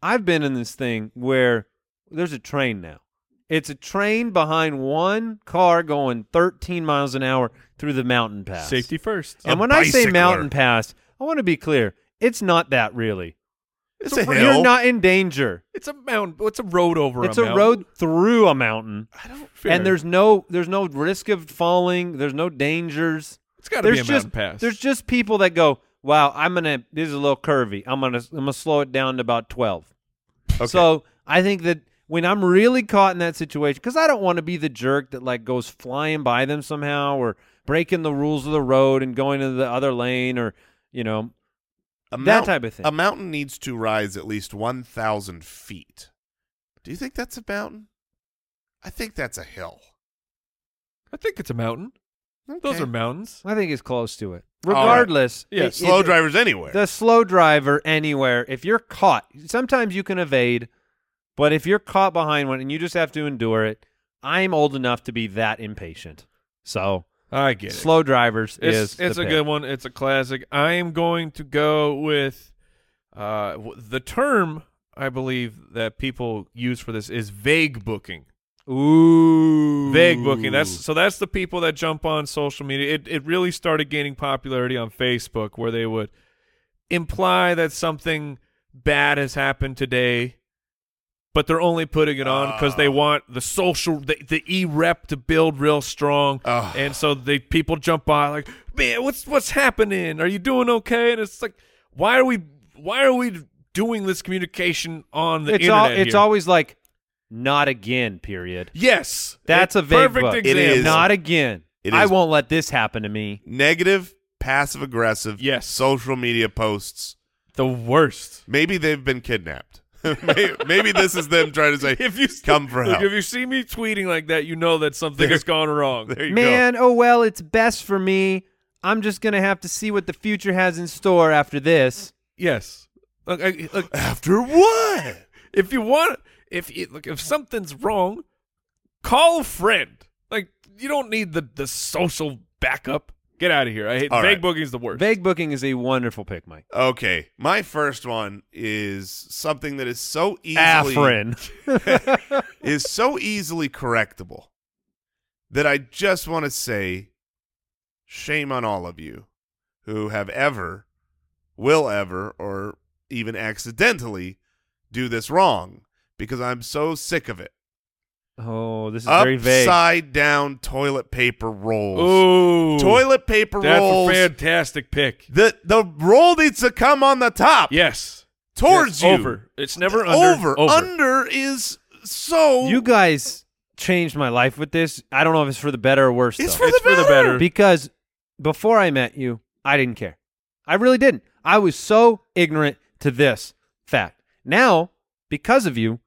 i've been in this thing where there's a train now it's a train behind one car going 13 miles an hour through the mountain pass Safety first. and A when i say bicycler. mountain pass i want to be clear it's not that really It's a hill. you're not in danger It's a mountain. It's a road over. it's a, mountain. road through a mountain I don't. and there's no there's no risk of falling there's no dangers It's got to be there's a just mountain pass. there's just people that go wow i'm gonna this is a little curvy i'm gonna i'm gonna slow it down to about 12 Okay. so i think that when i'm really caught in that situation because i don't want to be the jerk that like goes flying by them somehow or breaking the rules of the road and going into the other lane or you know a that mount- type of thing. A mountain needs to rise at least 1,000 feet. Do you think that's a mountain? I think that's a hill. I think it's a mountain. Those Okay. are mountains. i think it's close to it All right. regardless Yeah, it- slow it- drivers anywhere. The slow driver anywhere, if you're caught, sometimes you can evade, but if you're caught behind one and you just have to endure it, I'm old enough to be that impatient. So I get it. slow drivers It's, is it's the a pick. good one. It's a classic. I am going to go with uh, w- the term I believe that people use for this is vague booking. Ooh. Vague booking. That's so. That's the people that jump on social media. It it really started gaining popularity on Facebook, where they would imply that something bad has happened today, but they're only putting it on because they want the social the, the e rep to build real strong, Ah. and so they people jump by like, man, what's what's happening? Are you doing okay? And it's like, why are we why are we doing this communication on the it's internet? all, it's here? always like not again. Period. yes. That's It- a vague perfect book. example. is. Not again. It I is. won't let this happen to me. Negative, passive aggressive, Yes. social media posts. the worst. Maybe they've been kidnapped. maybe, maybe this is them trying to say, If you "Come for look, help." if you see me tweeting like that, you know that something has gone wrong. there you Man, oh well, it's best for me. I'm just gonna have to see what the future has in store after this. Yes. Look, I, look, go. After what? if you want, if you, look, if something's wrong, call a friend. Like you don't need the the social backup. Get out of here. I hate All vague right. booking's the worst. Vague booking is a wonderful pick, Mike. Okay, my first one is something that is so easily Afrin. is so easily correctable that I just want to say shame on all of you who have ever, will ever, or even accidentally do this wrong because I'm so sick of it. Oh, this is very vague. Upside down toilet paper Ooh, rolls. toilet paper That's rolls. a fantastic pick. the the roll needs to come on the top Yes. towards Yes, you. Over. It's never under. over. Under is so You guys changed my life with this. I don't know if it's for the better or worse. It's though. for the better. because before I met you, I didn't care. I really didn't. I was so ignorant to this fact. Now, because of you,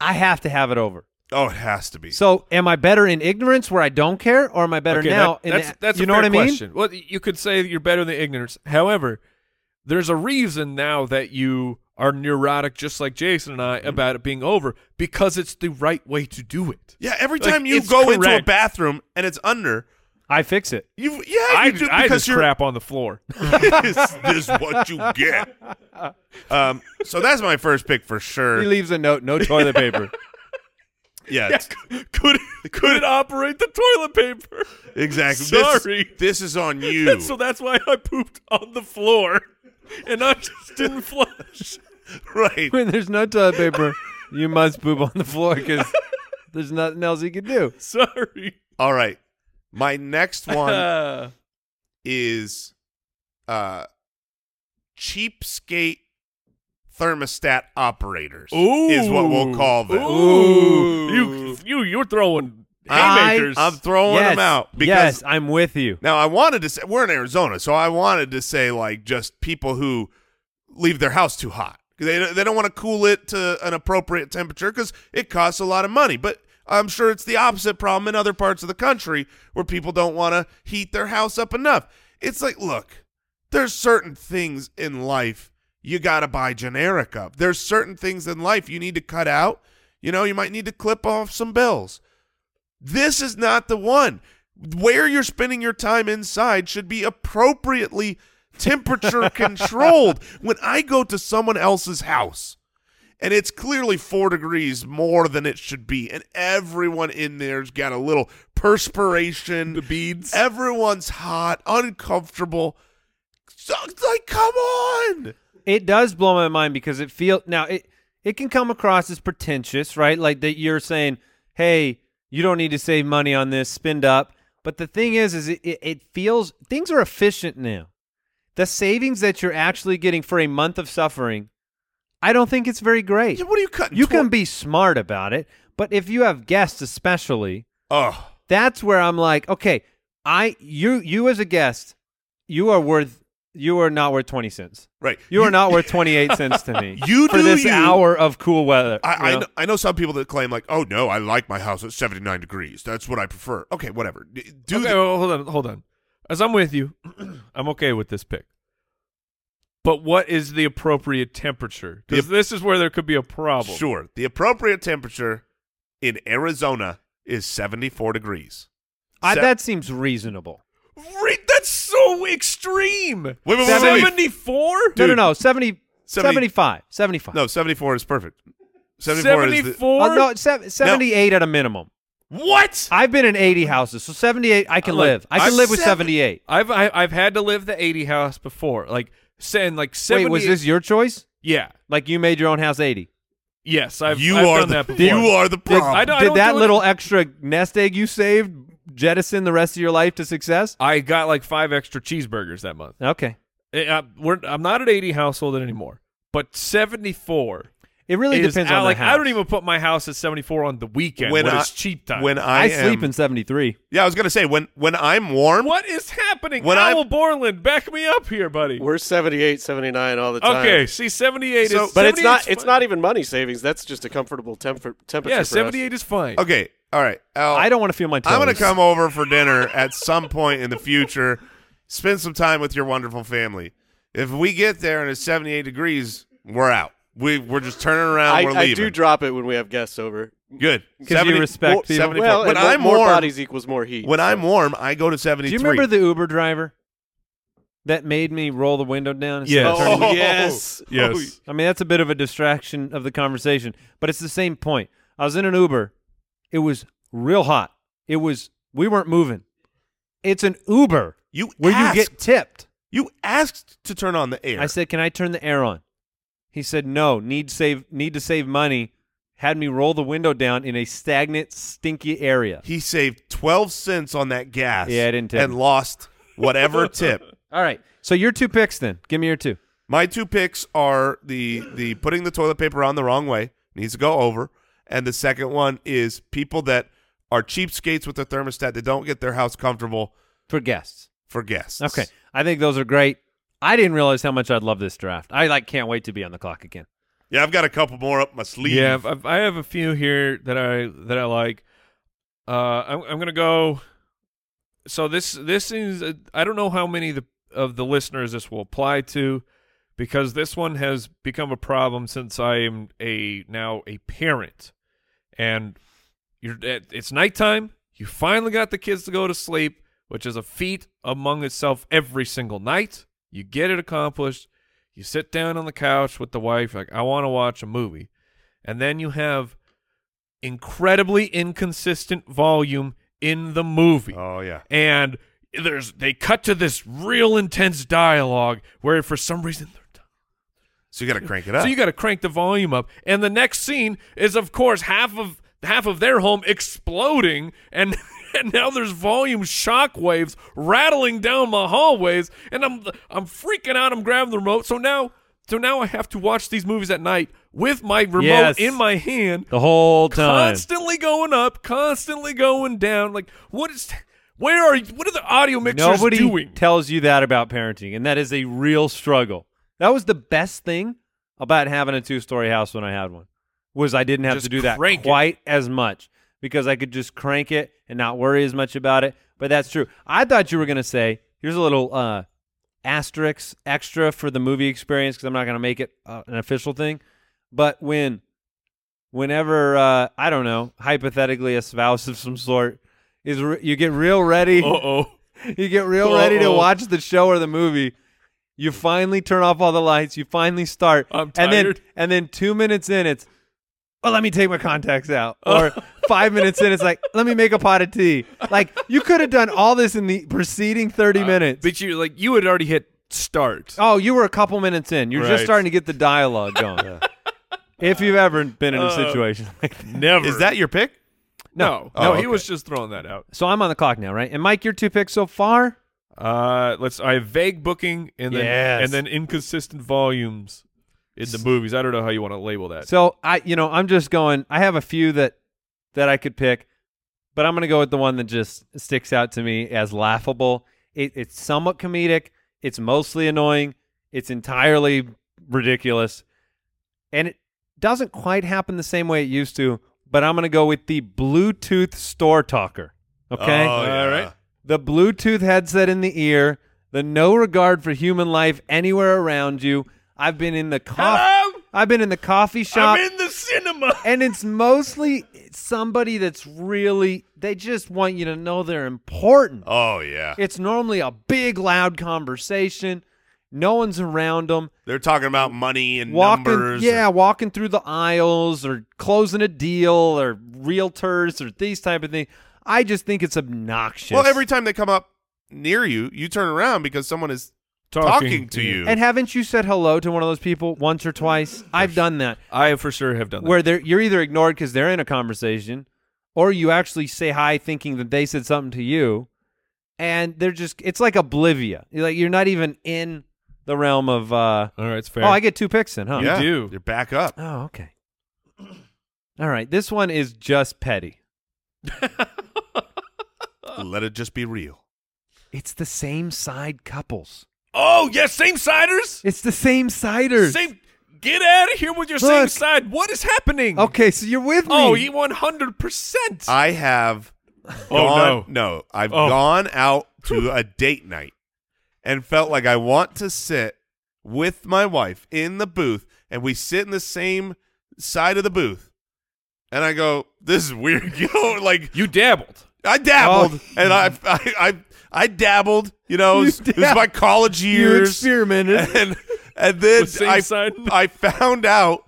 I have to have it over. Oh, it has to be. So, am I better in ignorance where I don't care, or am I better Okay, now? that- in that's the- that's you a know fair what I mean. question. Well, you could say that you're better than ignorance. However, there's a reason now that you are neurotic, just like Jason and I, Mm-hmm. about it being over because it's the right way to do it. yeah, every Like, time you it's go into a correct. bathroom and it's under, I fix it. you yeah, I, you do I because just you're crap on the floor. is this what you get? Um, so that's my first pick for sure. He leaves a note, no toilet paper. yeah, it's- could could it operate the toilet paper? exactly. Sorry. this, this is on you. So that's why I pooped on the floor, and I just didn't flush. right? when there's no toilet paper, you must poop on the floor because there's nothing else you can do. Sorry. All right. My next one Uh, is uh, cheapskate thermostat operators. Is what we'll call them. Uh, Ooh. You you you're throwing I- haymakers. I'm throwing yes, them out because yes, I'm with you. Now I wanted to say we're in Arizona, so I wanted to say like just people who leave their house too hot. They they don't want to cool it to an appropriate temperature because it costs a lot of money. But I'm sure it's the opposite problem in other parts of the country where people don't want to heat their house up enough. It's like look, there's certain things in life you gotta buy generic of. There's certain things in life you need to cut out. You know, you might need to clip off some bills. This is not the one. Where you're spending your time inside should be appropriately temperature controlled. When I go to someone else's house and it's clearly four degrees more than it should be, and everyone in there's got a little perspiration, the beads, everyone's hot, uncomfortable. So, it's like, come on. It does blow my mind because it feel now it it can come across as pretentious, right? Like that you're saying, "Hey, you don't need to save money on this, spend up." But the thing is, is it, it, it feels things are efficient now. The savings that you're actually getting for a month of suffering, I don't think it's very great. Yeah, what are you cutting? You tw- can be smart about it, but if you have guests, especially, Oh, that's where I'm like, okay, I you you as a guest, you are worth you are not worth twenty cents. right. You are not worth twenty eight cents to me. You for do this you. hour of cool weather. I, you I, know, I know some people that claim like, oh no, I like my house at 79 degrees. That's what I prefer. Okay, whatever. D- Do okay, the- well, hold on, hold on. As I'm with you, I'm okay with this pick. But what is the appropriate temperature? Because The- this is where there could be a problem. sure. The appropriate temperature in Arizona is 74 degrees. I- Se- that seems reasonable. Re- that's so extreme. wait, wait, wait, wait. Seventy-four. no, no, no, 70, 70 75, 75. No, 74 is perfect. 74 is the, Oh, no, se- 78 at a minimum. What? I've been in 80 houses, so 78 I can Look, live. I can I'm live with seven- 78. I've I, I've had to live the 80 house before. Like saying like 70 Wait, was this your choice? Yeah. Like you made your own house 80. Yes, I've you I've are done the that before. you are the problem. I don't- Did that do it- little extra nest egg you saved jettison the rest of your life to success? I got like five extra cheeseburgers that month. Okay. Eh, I, we're, I'm not at 80 household anymore, but 74. It really is depends out- on like the house. I don't even put my house at 74 on the weekend when, it's cheap time. When I, I, sleep am- in 73. yeah, I was gonna say when when I'm warm. what is happening? When I'm- Owl Borland, back me up here, buddy. We're 78, 79 all the time. Okay, see, 78 So- is. But it's not 78 it's not even money savings. That's just a comfortable temper, temperature. Yeah, for us. 78 is fine. Okay, all right. Oh, Al, I don't want to feel my toes. I'm gonna come over for dinner at some point in the future. Spend some time with your wonderful family. If we get there and it's 78 degrees, we're out. We we're just turning around. I, we're I leaving. do drop it when we have guests over. Good. because you respect More- people. 74. Well, When and more- I'm more warm- bodies equals more heat. When so. I'm warm, I go to Do you 73. remember the Uber driver that made me roll the window down? instead of Yes. turning- Oh, yes. Yes. Oh, I mean, that's a bit of a distraction of the conversation, but it's the same point. I was in an Uber. It was real hot. It was, we weren't moving. It's an Uber you where asked, you get tipped. you asked to turn on the air. I said, "Can I turn the air on?" He said, "No, need save need to save money." Had me roll the window down in a stagnant, stinky area. he saved 12 cents on that gas. Yeah, I didn't tip. and lost whatever tip. All right, so your two picks then. Give me your two. My two picks are the the putting the toilet paper on the wrong way needs to go over, and the second one is people that are cheapskates with their thermostat that don't get their house comfortable for guests. for guests. Okay, I think those are great. I didn't realize how much I'd love this draft. I like can't wait to be on the clock again. Yeah, I've got a couple more up my sleeve. Yeah, I've- I've, I have a few here that I that I like. Uh, I'm, I'm gonna go. So this this is uh, I don't know how many of the, of the listeners this will apply to, because this one has become a problem since I am a now a parent, and you're it- it's nighttime. You finally got the kids to go to sleep, which is a feat among itself every single night. You get it accomplished. You sit down on the couch with the wife, like I want to watch a movie and then you have incredibly inconsistent volume in the movie. Oh yeah. And there's they cut to this real intense dialogue where for some reason they're done. So you got to crank it up. So you got to crank the volume up. And the next scene is of course half of half of their home exploding and and now there's volume shockwaves rattling down my hallways and I'm I'm freaking out. I'm grabbing the remote. So now so now I have to watch these movies at night with my remote Yes. in my hand The whole time. constantly going up, constantly going down. Like what is? Where are? you- What are the audio mixers Nobody doing? tells you that about parenting, and that is a real struggle. That was the best thing about having a two-story house when I had one was I didn't have Just to do that crank it. quite as much because I could just crank it and not worry as much about it. But that's true. I thought you were going to say, "Here's a little uh, asterisk extra for the movie experience," because I'm not going to make it uh, an official thing. But when, whenever uh, I don't know, hypothetically, a spouse of some sort is, re- you get real ready. uh oh. You get real ready to Uh-oh. watch the show or the movie. You finally turn off all the lights. You finally start. I'm And then, tired. and then two minutes in, it's, well, let me take my contacts out. Or five minutes in, it's like, let me make a pot of tea. Like, you could have done all this in the preceding Uh, 30 minutes. But you like you had already hit start. oh, you were a couple minutes in. You're Right. just starting to get the dialogue going. If you've ever been in a situation like that. Never. is that your pick? no? No, Oh, he okay. was just throwing that out. So I'm on the clock now, right? And Mike, your two picks so far? Uh, let's. I have vague booking and then Yes. and then inconsistent volumes in the movies. I don't know how you want to label that. So I, you know, I'm just going. I have a few that that I could pick, but I'm going to go with the one that just sticks out to me as laughable. It, it's somewhat comedic. It's mostly annoying. It's entirely ridiculous, and it doesn't quite happen the same way it used to. But I'm going to go with the Bluetooth store talker. Okay. Oh, yeah. All right. The Bluetooth headset in the ear, the no regard for human life anywhere around you. I've been in the coffee. Hello? I've been in the coffee shop I'm in the cinema. and it's mostly somebody that's really they just want you to know they're important. Oh yeah. It's normally a big loud conversation No one's around them. They're talking about money and walking, numbers. yeah, and- walking through the aisles or closing a deal or realtors or these type of things. I just think it's obnoxious. well, every time they come up near you, you turn around because someone is talking, to you. and haven't you said hello to one of those people once or twice? I've done that. I for sure have done that. where they're you're either ignored because they're in a conversation, or you actually say hi thinking that they said something to you, and they're just it's like oblivia. You're like you're not even in the realm of. uh All right, it's fair. Oh, I get two picks in, huh? yeah, do. You're back up. Oh, okay. All right, this one is just petty. Uh, Let it just be real. It's the same side couples. oh yes, same siders. It's the same siders. Same. Get out of here with your same Look. side. What is happening? Okay, so you're with me. Oh, you one hundred percent. I have Oh, gone, no. I've Oh. gone out to a date night and felt like I want to sit with my wife in the booth and we sit in the same side of the booth. And I go, this is weird. You know, like You dabbled. I dabbled Oh. and I, I, I, I dabbled, you know, You it was, it was dab- my college you years. experimented. And, and then With same I, side. I found out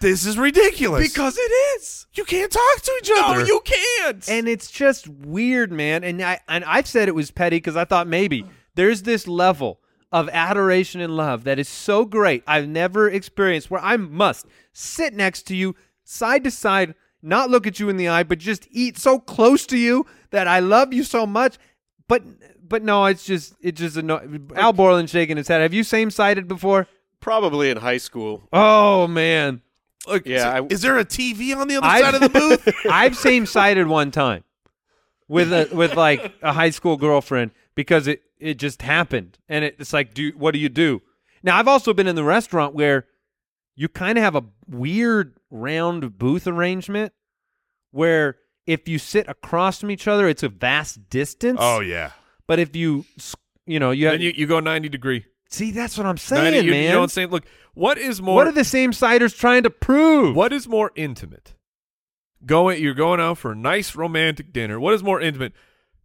this is ridiculous it is. you can't talk to each No, other. you can't. and it's just weird, man. And I and I've said it was petty because I thought maybe there's this level of adoration and love that is so great I've never experienced where I must sit next to you, side to side, not look at you in the eye, but just eat so close to you that I love you so much. But but no, it's just it just anno- Al Borland shaking his head. Have you same sided before? Probably in high school. Oh man, Look, Yeah, I- is there a TV on the other side of the booth? I've same sided one time with a with like a high school girlfriend because it it just happened and it, it's like do what do you do? Now I've also been in the restaurant where you kind of have a weird round booth arrangement where if you sit across from each other it's a vast distance. oh yeah. But if you s- you know you, have, then you, you go ninety degree. see that's what I'm 90, saying, you, man. You know what I'm saying? Look, what is more? what are the same siders trying to prove? What is more intimate? Going, you're going out for a nice romantic dinner. What is more intimate?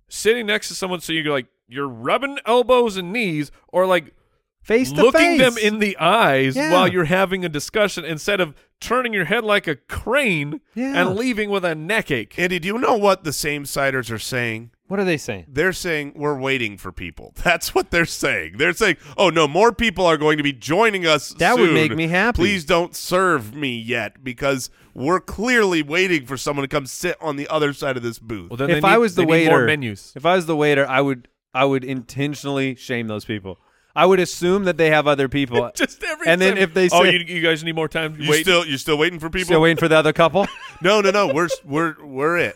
Sitting next to someone, so you're like you're rubbing elbows and knees, or like face to looking face. them in the eyes Yeah. while you're having a discussion instead of turning your head like a crane Yeah. and leaving with a neck ache. Andy, do you know what the same siders are saying? What are they saying? They're saying we're waiting for people. That's what they're saying. They're saying, "Oh no, more people are going to be joining us." That would soon. make me happy. Please don't serve me yet because we're clearly waiting for someone to come sit on the other side of this booth. well, then if they I need- was the they need more waiter, menus. if I was the waiter, I would I would intentionally shame those people. I would assume that they have other people. Just every and then time- if they oh, say- you, you guys need more time, you wait. still you still waiting for people? Still waiting for the other couple. no, no, no. We're we're we're it.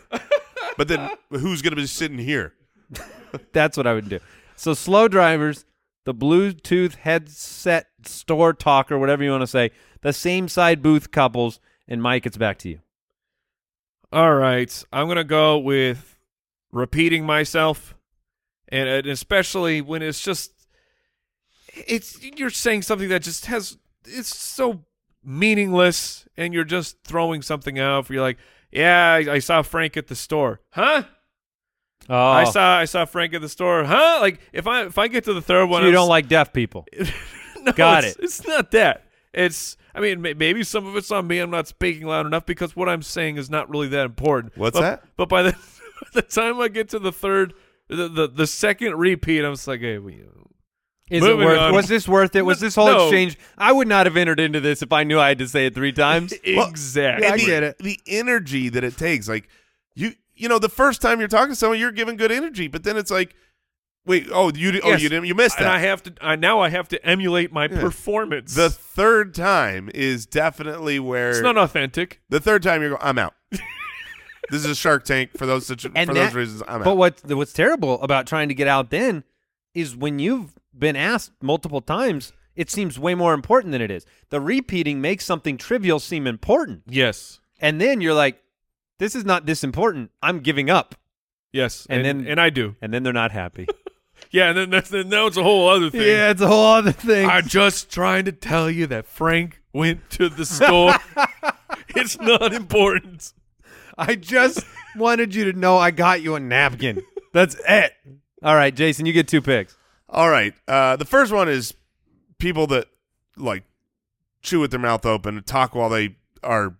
But then who's going to be sitting here? That's what I would do. So slow drivers, the Bluetooth headset store talker, whatever you want to say, the same side booth couples, and Mike, it's back to you. All right, I'm gonna go with repeating myself, and, and especially when it's just it's you're saying something that just has it's so meaningless, and you're just throwing something out. You're like, yeah, I, I saw Frank at the store, huh? Oh, I saw I saw Frank at the store, huh? Like if I if I get to the third one, you I'm don't s- like deaf people. no, Got it's- it. It's not that. It's I mean may- maybe some of it's on me. I'm not speaking loud enough because what I'm saying is not really that important. What's but, that? But by the the time I get to the third, the the, the second repeat, I'm just like, hey, we, Is Moving it worth? on. Was this worth it? Was No- this whole no. exchange? I would not have entered into this if I knew I had to say it three times. Well, exactly. and the, The energy that it takes, like you, you know, the first time you're talking to someone, you're giving good energy, but then it's like, wait, oh, you, di- oh, Yes. you didn't, you missed And I that. have to I, now. I have to emulate my performance. The third time is definitely where it's not authentic. the third time you're going, I'm out. this is a Shark Tank for those situ- And for that- those reasons. I'm But out. what what's terrible about trying to get out then is when you've been asked multiple times, it seems way more important than it is. The repeating makes something trivial seem important, Yes. and then you're like, "This is not this important. I'm giving up." Yes. And and then- and I do. And then they're not happy. Yeah. And then that's then now it's a whole other thing. it's a whole other thing. I'm just trying to tell you that Frank went to the store. it's not important. I just wanted you to know I got you a napkin. That's it. All right, Jason, you get two picks. All right, uh, the first one is people that like chew with their mouth open, talk while they are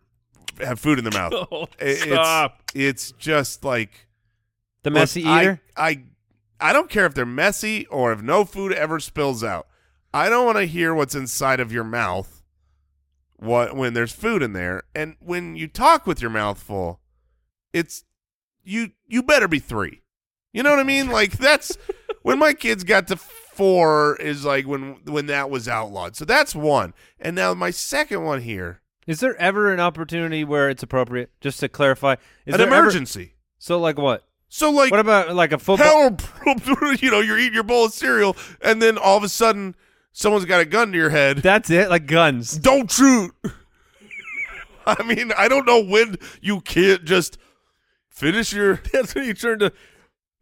have food in their mouth. Oh, I- it's- stop. It's, just like The look, messy I- eater. I, I don't care if they're messy or if no food ever spills out. I don't want to hear what's inside of your mouth. What when there's food in there, and when you talk with your mouth full, it's you you better be three. You know what I mean? Like that's when my kids got to four is like when when that was outlawed. So that's one. And now my second one here, Is there ever an opportunity where it's appropriate? Just to clarify, is an there ever- emergency. so, like what? so like what about like a football? How you know you're eating your bowl of cereal and then all of a sudden someone's got a gun to your head. That's it. Like guns. Don't shoot. I mean, I don't know when you can't just finish your. That's when you turn to.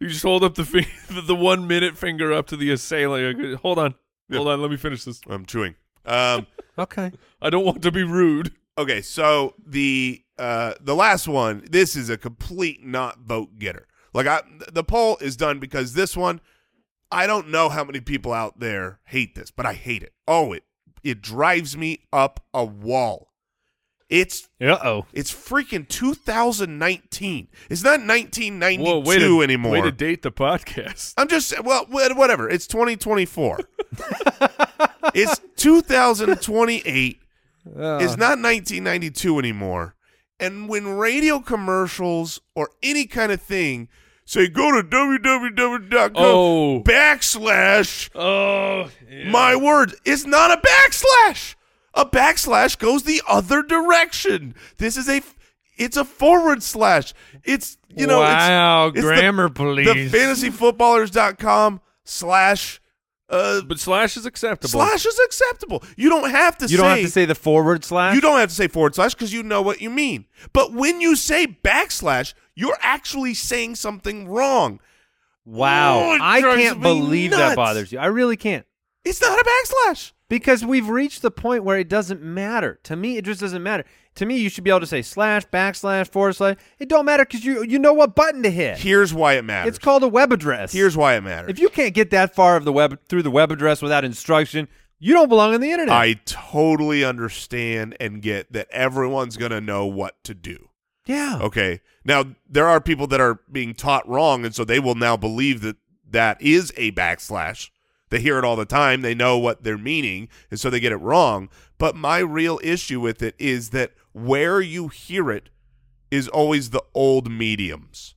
You just hold up the fi- the one minute finger up to the assailant. Like, Hold on, hold on. Let me finish this. I'm chewing. Um, Okay. I don't want to be rude. okay, so the uh, the last one. This is a complete not vote getter. Like I, the poll is done because this one. I don't know how many people out there hate this, but I hate it. Oh, it it drives me up a wall. It's Uh oh. It's freaking 2019. It's not 1992 Whoa, way to, anymore. Way to date the podcast. I'm just well, wh- whatever. It's 2024. it's 2028. it's not 1992 anymore. And when radio commercials or any kind of thing say go to www.com Oh. backslash Oh, yeah. my word, it's not a backslash. A backslash goes the other direction. This is a, f- it's a forward slash. It's you know, Wow, it's, it's grammar the, police. The fantasyfootballers.com slash uh but slash is acceptable. slash is acceptable. You don't have to. You say, don't have to say the forward slash. you don't have to say forward slash because you know what you mean. But when you say backslash, you're actually saying something wrong. Wow. Oh, it I drives can't me believe nuts. that bothers you. I really can't. It's not a backslash. Because we've reached the point where it doesn't matter. To me, it just doesn't matter. To me, you should be able to say slash, backslash, forward slash. It don't matter because you you know what button to hit. Here's why it matters. It's called a web address. Here's why it matters. if you can't get that far of the web through the web address without instruction, you don't belong on the internet. I totally understand and get that everyone's going to know what to do. yeah. Okay. Now, there are people that are being taught wrong, and so they will now believe that that is a backslash. They hear it all the time. They know what they're meaning, and so they get it wrong. But my real issue with it is that where you hear it is always the old mediums.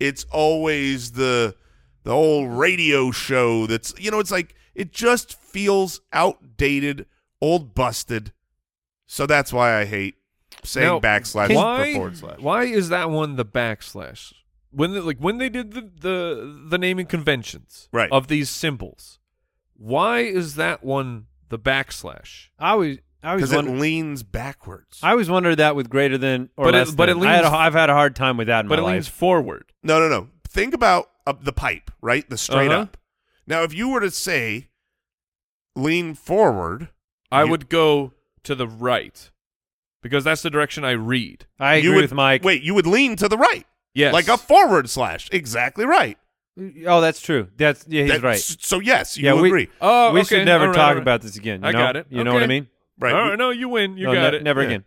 It's always the the old radio show that's you know it's like it just feels outdated, old busted. So that's why I hate saying Now, backslash why, or forward slash. Why is that one the backslash? When the, like when they did the, the the naming conventions Right. of these symbols, why is that one the backslash? I always I always Because it wonder- leans backwards. I always wondered that with greater than or But it- less but than. it I had a, leans- I've had a hard time with that in But my it life. leans forward. no, no, no. Think about uh, the pipe, right? The straight Uh-huh. up. Now, if you were to say lean forward, I You- would go to the right because that's the direction I read. I agree you would, with Mike. Wait, you would lean to the right. Yes. Like a forward slash. Exactly right. Oh, that's true. That's yeah, he's That's- right. So, yes, you yeah, we, agree. Oh, we okay. should never All right, talk all right. about this again. You I know? got it. You know what I Okay. mean? right. All we- right, no, you win. You Oh, No, got ne- it. Never Yeah. again.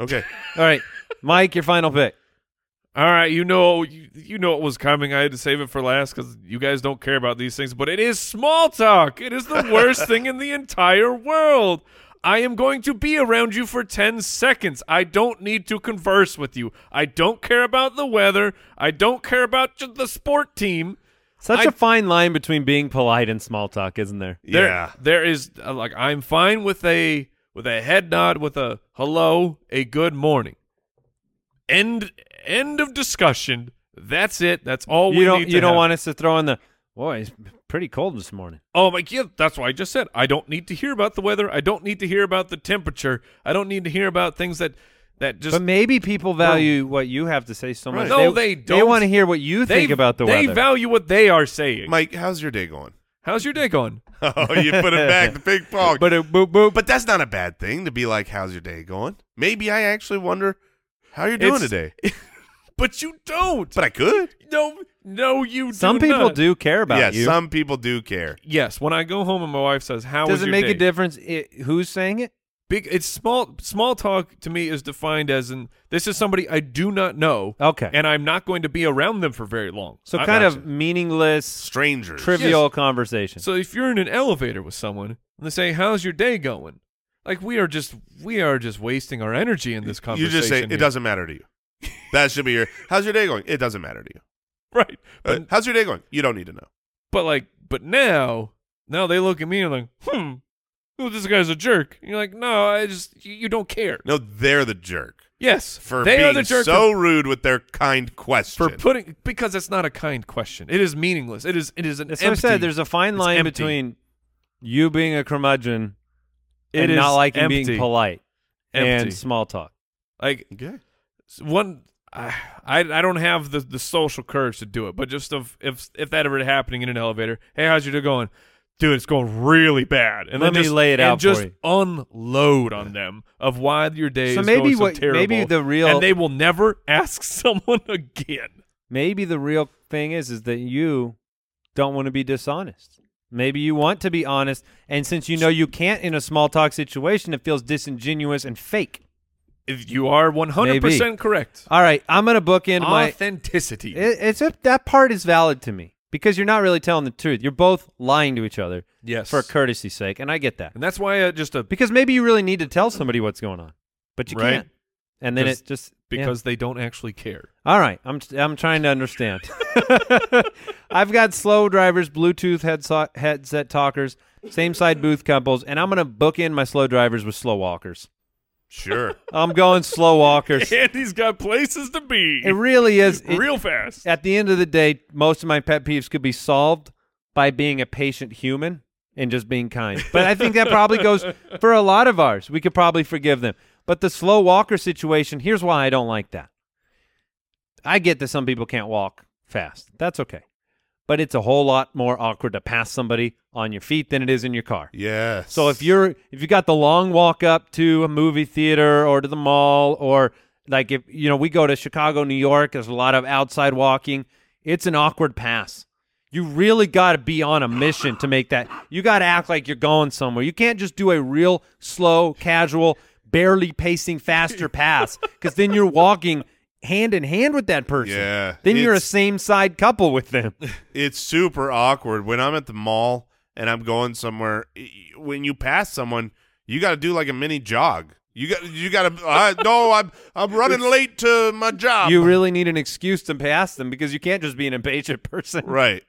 Okay. All right, Mike, your final pick. All right, you know, you, you know it was coming. I had to save it for last because you guys don't care about these things. But it is small talk. It is the worst thing in the entire world. I am going to be around you for ten seconds. I don't need to converse with you. I don't care about the weather. I don't care about ju- the sport team. Such I- a fine line between being polite and small talk, isn't there? There, Yeah. there is uh, like I'm fine with a with a head nod, with a hello, a good morning. End end of discussion. That's it. That's all you Oh, we don't. need. You don't want us to throw in the. Boy, it's pretty cold this morning. Oh my god, that's what I just said. I don't need to hear about the weather. I don't need to hear about the temperature. I don't need to hear about things that that just but maybe people value what you have to say so much. Right. No, they They don't. want to hear what you they, think about the they weather. value what they are saying. Mike, how's your day going? How's your day going? Oh, you put it back, the ping pong. but uh, it, boop boop. but that's not a bad thing to be like, how's your day going? Maybe I actually wonder how you're doing It's- today. But you don't. But I could. no, No, you. Some do people not. do care about yeah, you. some people do care. Yes, when I go home and my wife says, "How was Does it your make day?" a difference i who's saying it? Big, it's small. Small talk to me is defined as in this is somebody I do not know. Okay. and I'm not going to be around them for very long. So I- kind of Gotcha. meaningless, Strangers. trivial conversation. So if you're in an elevator with someone and they say, "How's your day going?" Like we are just we are just wasting our energy in this you conversation. just say here." it doesn't matter to you. That should be your. How's your day going? It doesn't matter to you. right. Uh, But, how's your day going? You don't need to know. but like but now now they look at me and like, "Hmm, well, this guy's a jerk." And you're like, "No, I just you, you don't care." No, they're the jerk Yes, for they being are the jerk so rude with their kind question. for putting because it's not a kind question. It is meaningless. It is it is an That's what I empty. said. There's a fine it's line empty. between you being a curmudgeon It and is not liking empty. being polite Empty. and small talk. like okay. s- one I, I I don't have the the social courage to do it, but just if if if that ever happening in an elevator, hey, how's your day going? Dude, it's going really bad. And Let then me just, lay it and out for just you. unload on them of why your day So is maybe going so what- terrible. maybe the real- and they will never ask someone again. Maybe the real thing is is that you don't want to be dishonest. Maybe you want to be honest, and since you know you can't in a small talk situation, it feels disingenuous and fake. If you are one hundred percent correct, All right, I'm gonna book in my. authenticity. It, it's a, that part is valid to me because you're not really telling the truth. You're both lying to each other yes, for courtesy's sake, and I get that. and that's why uh, just a Because maybe you really need to tell somebody what's going on, but you Right. can't. And then Because- it just yeah. because they don't actually care. All right, I'm I'm trying to understand. I've got slow drivers, Bluetooth headso- headset talkers, same side booth couples, and I'm gonna book in my slow drivers with slow walkers. Sure. I'm going slow walkers. Andy's got places to be. It really is. it- real fast. at the end of the day, most of my pet peeves could be solved by being a patient human and just being kind. But I think that probably goes for a lot of ours. We could probably forgive them. But the slow walker situation, here's why I don't like that. I get that some people can't walk fast. That's okay. But it's a whole lot more awkward to pass somebody on your feet than it is in your car. yes. So if you're if you got the long walk up to a movie theater or to the mall or like if you know we go to Chicago, New York, there's a lot of outside walking. It's an awkward pass. You really got to be on a mission to make that. You got to act like you're going somewhere. You can't just do a real slow, casual, barely pacing faster pass cuz then you're walking hand in hand with that person. Yeah, Then you're a it's- same side couple with them. it's super awkward when I'm at the mall and I'm going somewhere. y- y- When you pass someone, you got to do like a mini jog. You got you got to. I no, I'm I'm running late to my job. You really need an excuse to pass them because you can't just be an impatient person. right?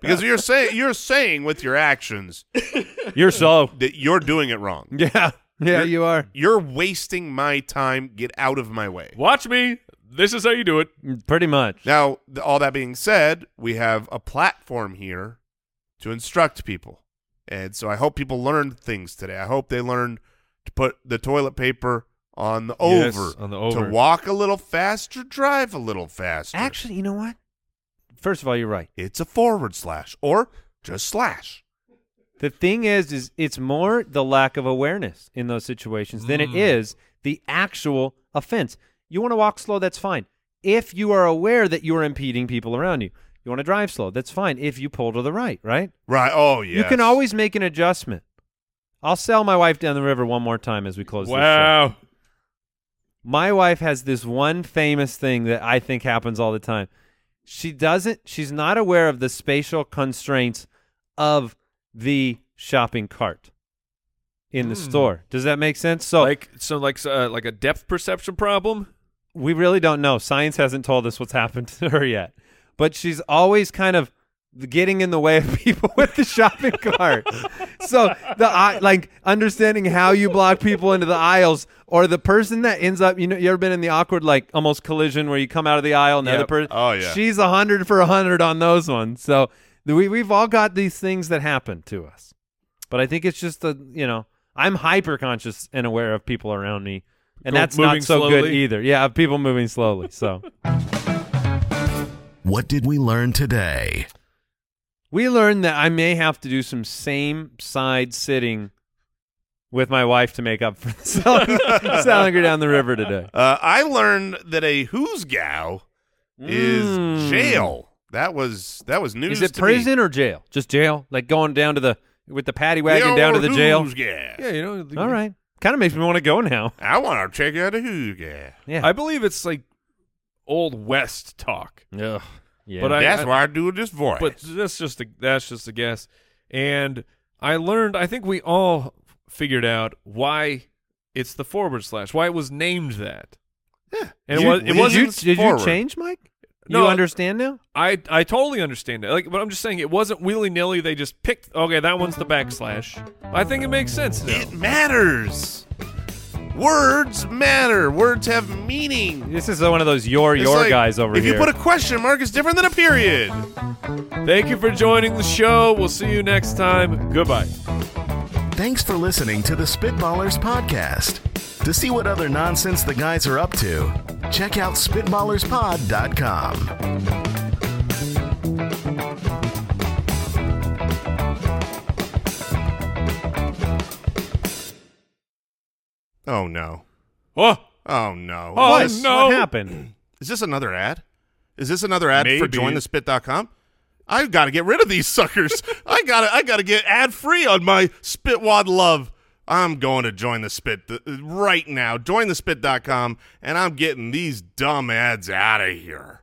because you're saying you're saying with your actions You're so that you're doing it wrong. Yeah. Yeah, you are. You're wasting my time. Get out of my way. Watch me. This is how you do it. Pretty much. Now, th- all that being said, we have a platform here to instruct people. And so I hope people learned things today. I hope they learned to put the toilet paper on the Yes, over, on the over. to walk a little faster, drive a little faster. Actually, you know what? First of all, you're right. it's a forward slash or just slash. The thing is, is it's more the lack of awareness in those situations than it is the actual offense. You want to walk slow, that's fine. If you are aware that you are impeding people around you, you want to drive slow, that's fine. If you pull to the right, right? Right. Oh, yeah. You can always make an adjustment. I'll sell my wife down the river one more time as we close this show. Wow. my wife has this one famous thing that I think happens all the time. She doesn't she's not aware of the spatial constraints of the shopping cart in the store. Does that make sense? So like so like uh, like a depth perception problem. we really don't know. Science hasn't told us what's happened to her yet. But she's always kind of getting in the way of people with the shopping cart. so the I- like understanding how you block people into the aisles or the person that ends up you know you ever been in the awkward like almost collision where you come out of the aisle and the Yep. other person Oh, yeah. she's a hundred for a hundred on those ones. So th- we we've all got these things that happen to us. But I think it's just the you know I'm hyper conscious and aware of people around me, and Go- that's not moving so good slowly. either. Yeah, of people moving slowly. So What did we learn today? we learned that I may have to do some same side sitting with my wife to make up for selling, selling her down the river today. Uh, I learned that a who's gal is Mm. jail. That was that was news. Is it to prison Me. or jail? Just jail? Like going down to the with the paddy wagon down to the old jail? Who's Gas. Yeah, you know. the- All right. Kind of makes me want to go now. I want to check out a who gas. Yeah. I believe it's like old West talk, Ugh. Yeah. But I- That's why I do this voice. but that's just a, that's just a guess. And I learned. I think we all figured out why it's the forward slash. Why it was named that. Yeah. And it, You- was, it did wasn't. Did you, did you forward. change, Mike? No, you I- understand now? I I totally understand that. Like, but I'm just saying it wasn't willy nilly. They just picked. Okay, that one's the backslash. I think it makes sense now. it matters. Words matter. Words have meaning. This is one of those your It's your like, guys over if here. you put a question mark, it's different than a period. Thank you for joining the show. We'll see you next time. Goodbye. Thanks for listening to the Spitballers Podcast. To see what other nonsense the guys are up to, check out SpitballersPod.com. Oh no. Oh, Oh no. Oh, What? no. What happened? Is this another ad? Is this another ad for Maybe. jointhespit.com? I've got to get rid of these suckers. I got to I got to get ad free on my spitwad love. I'm going to join the spit th- right now. Jointhespit.com and I'm getting these dumb ads out of here.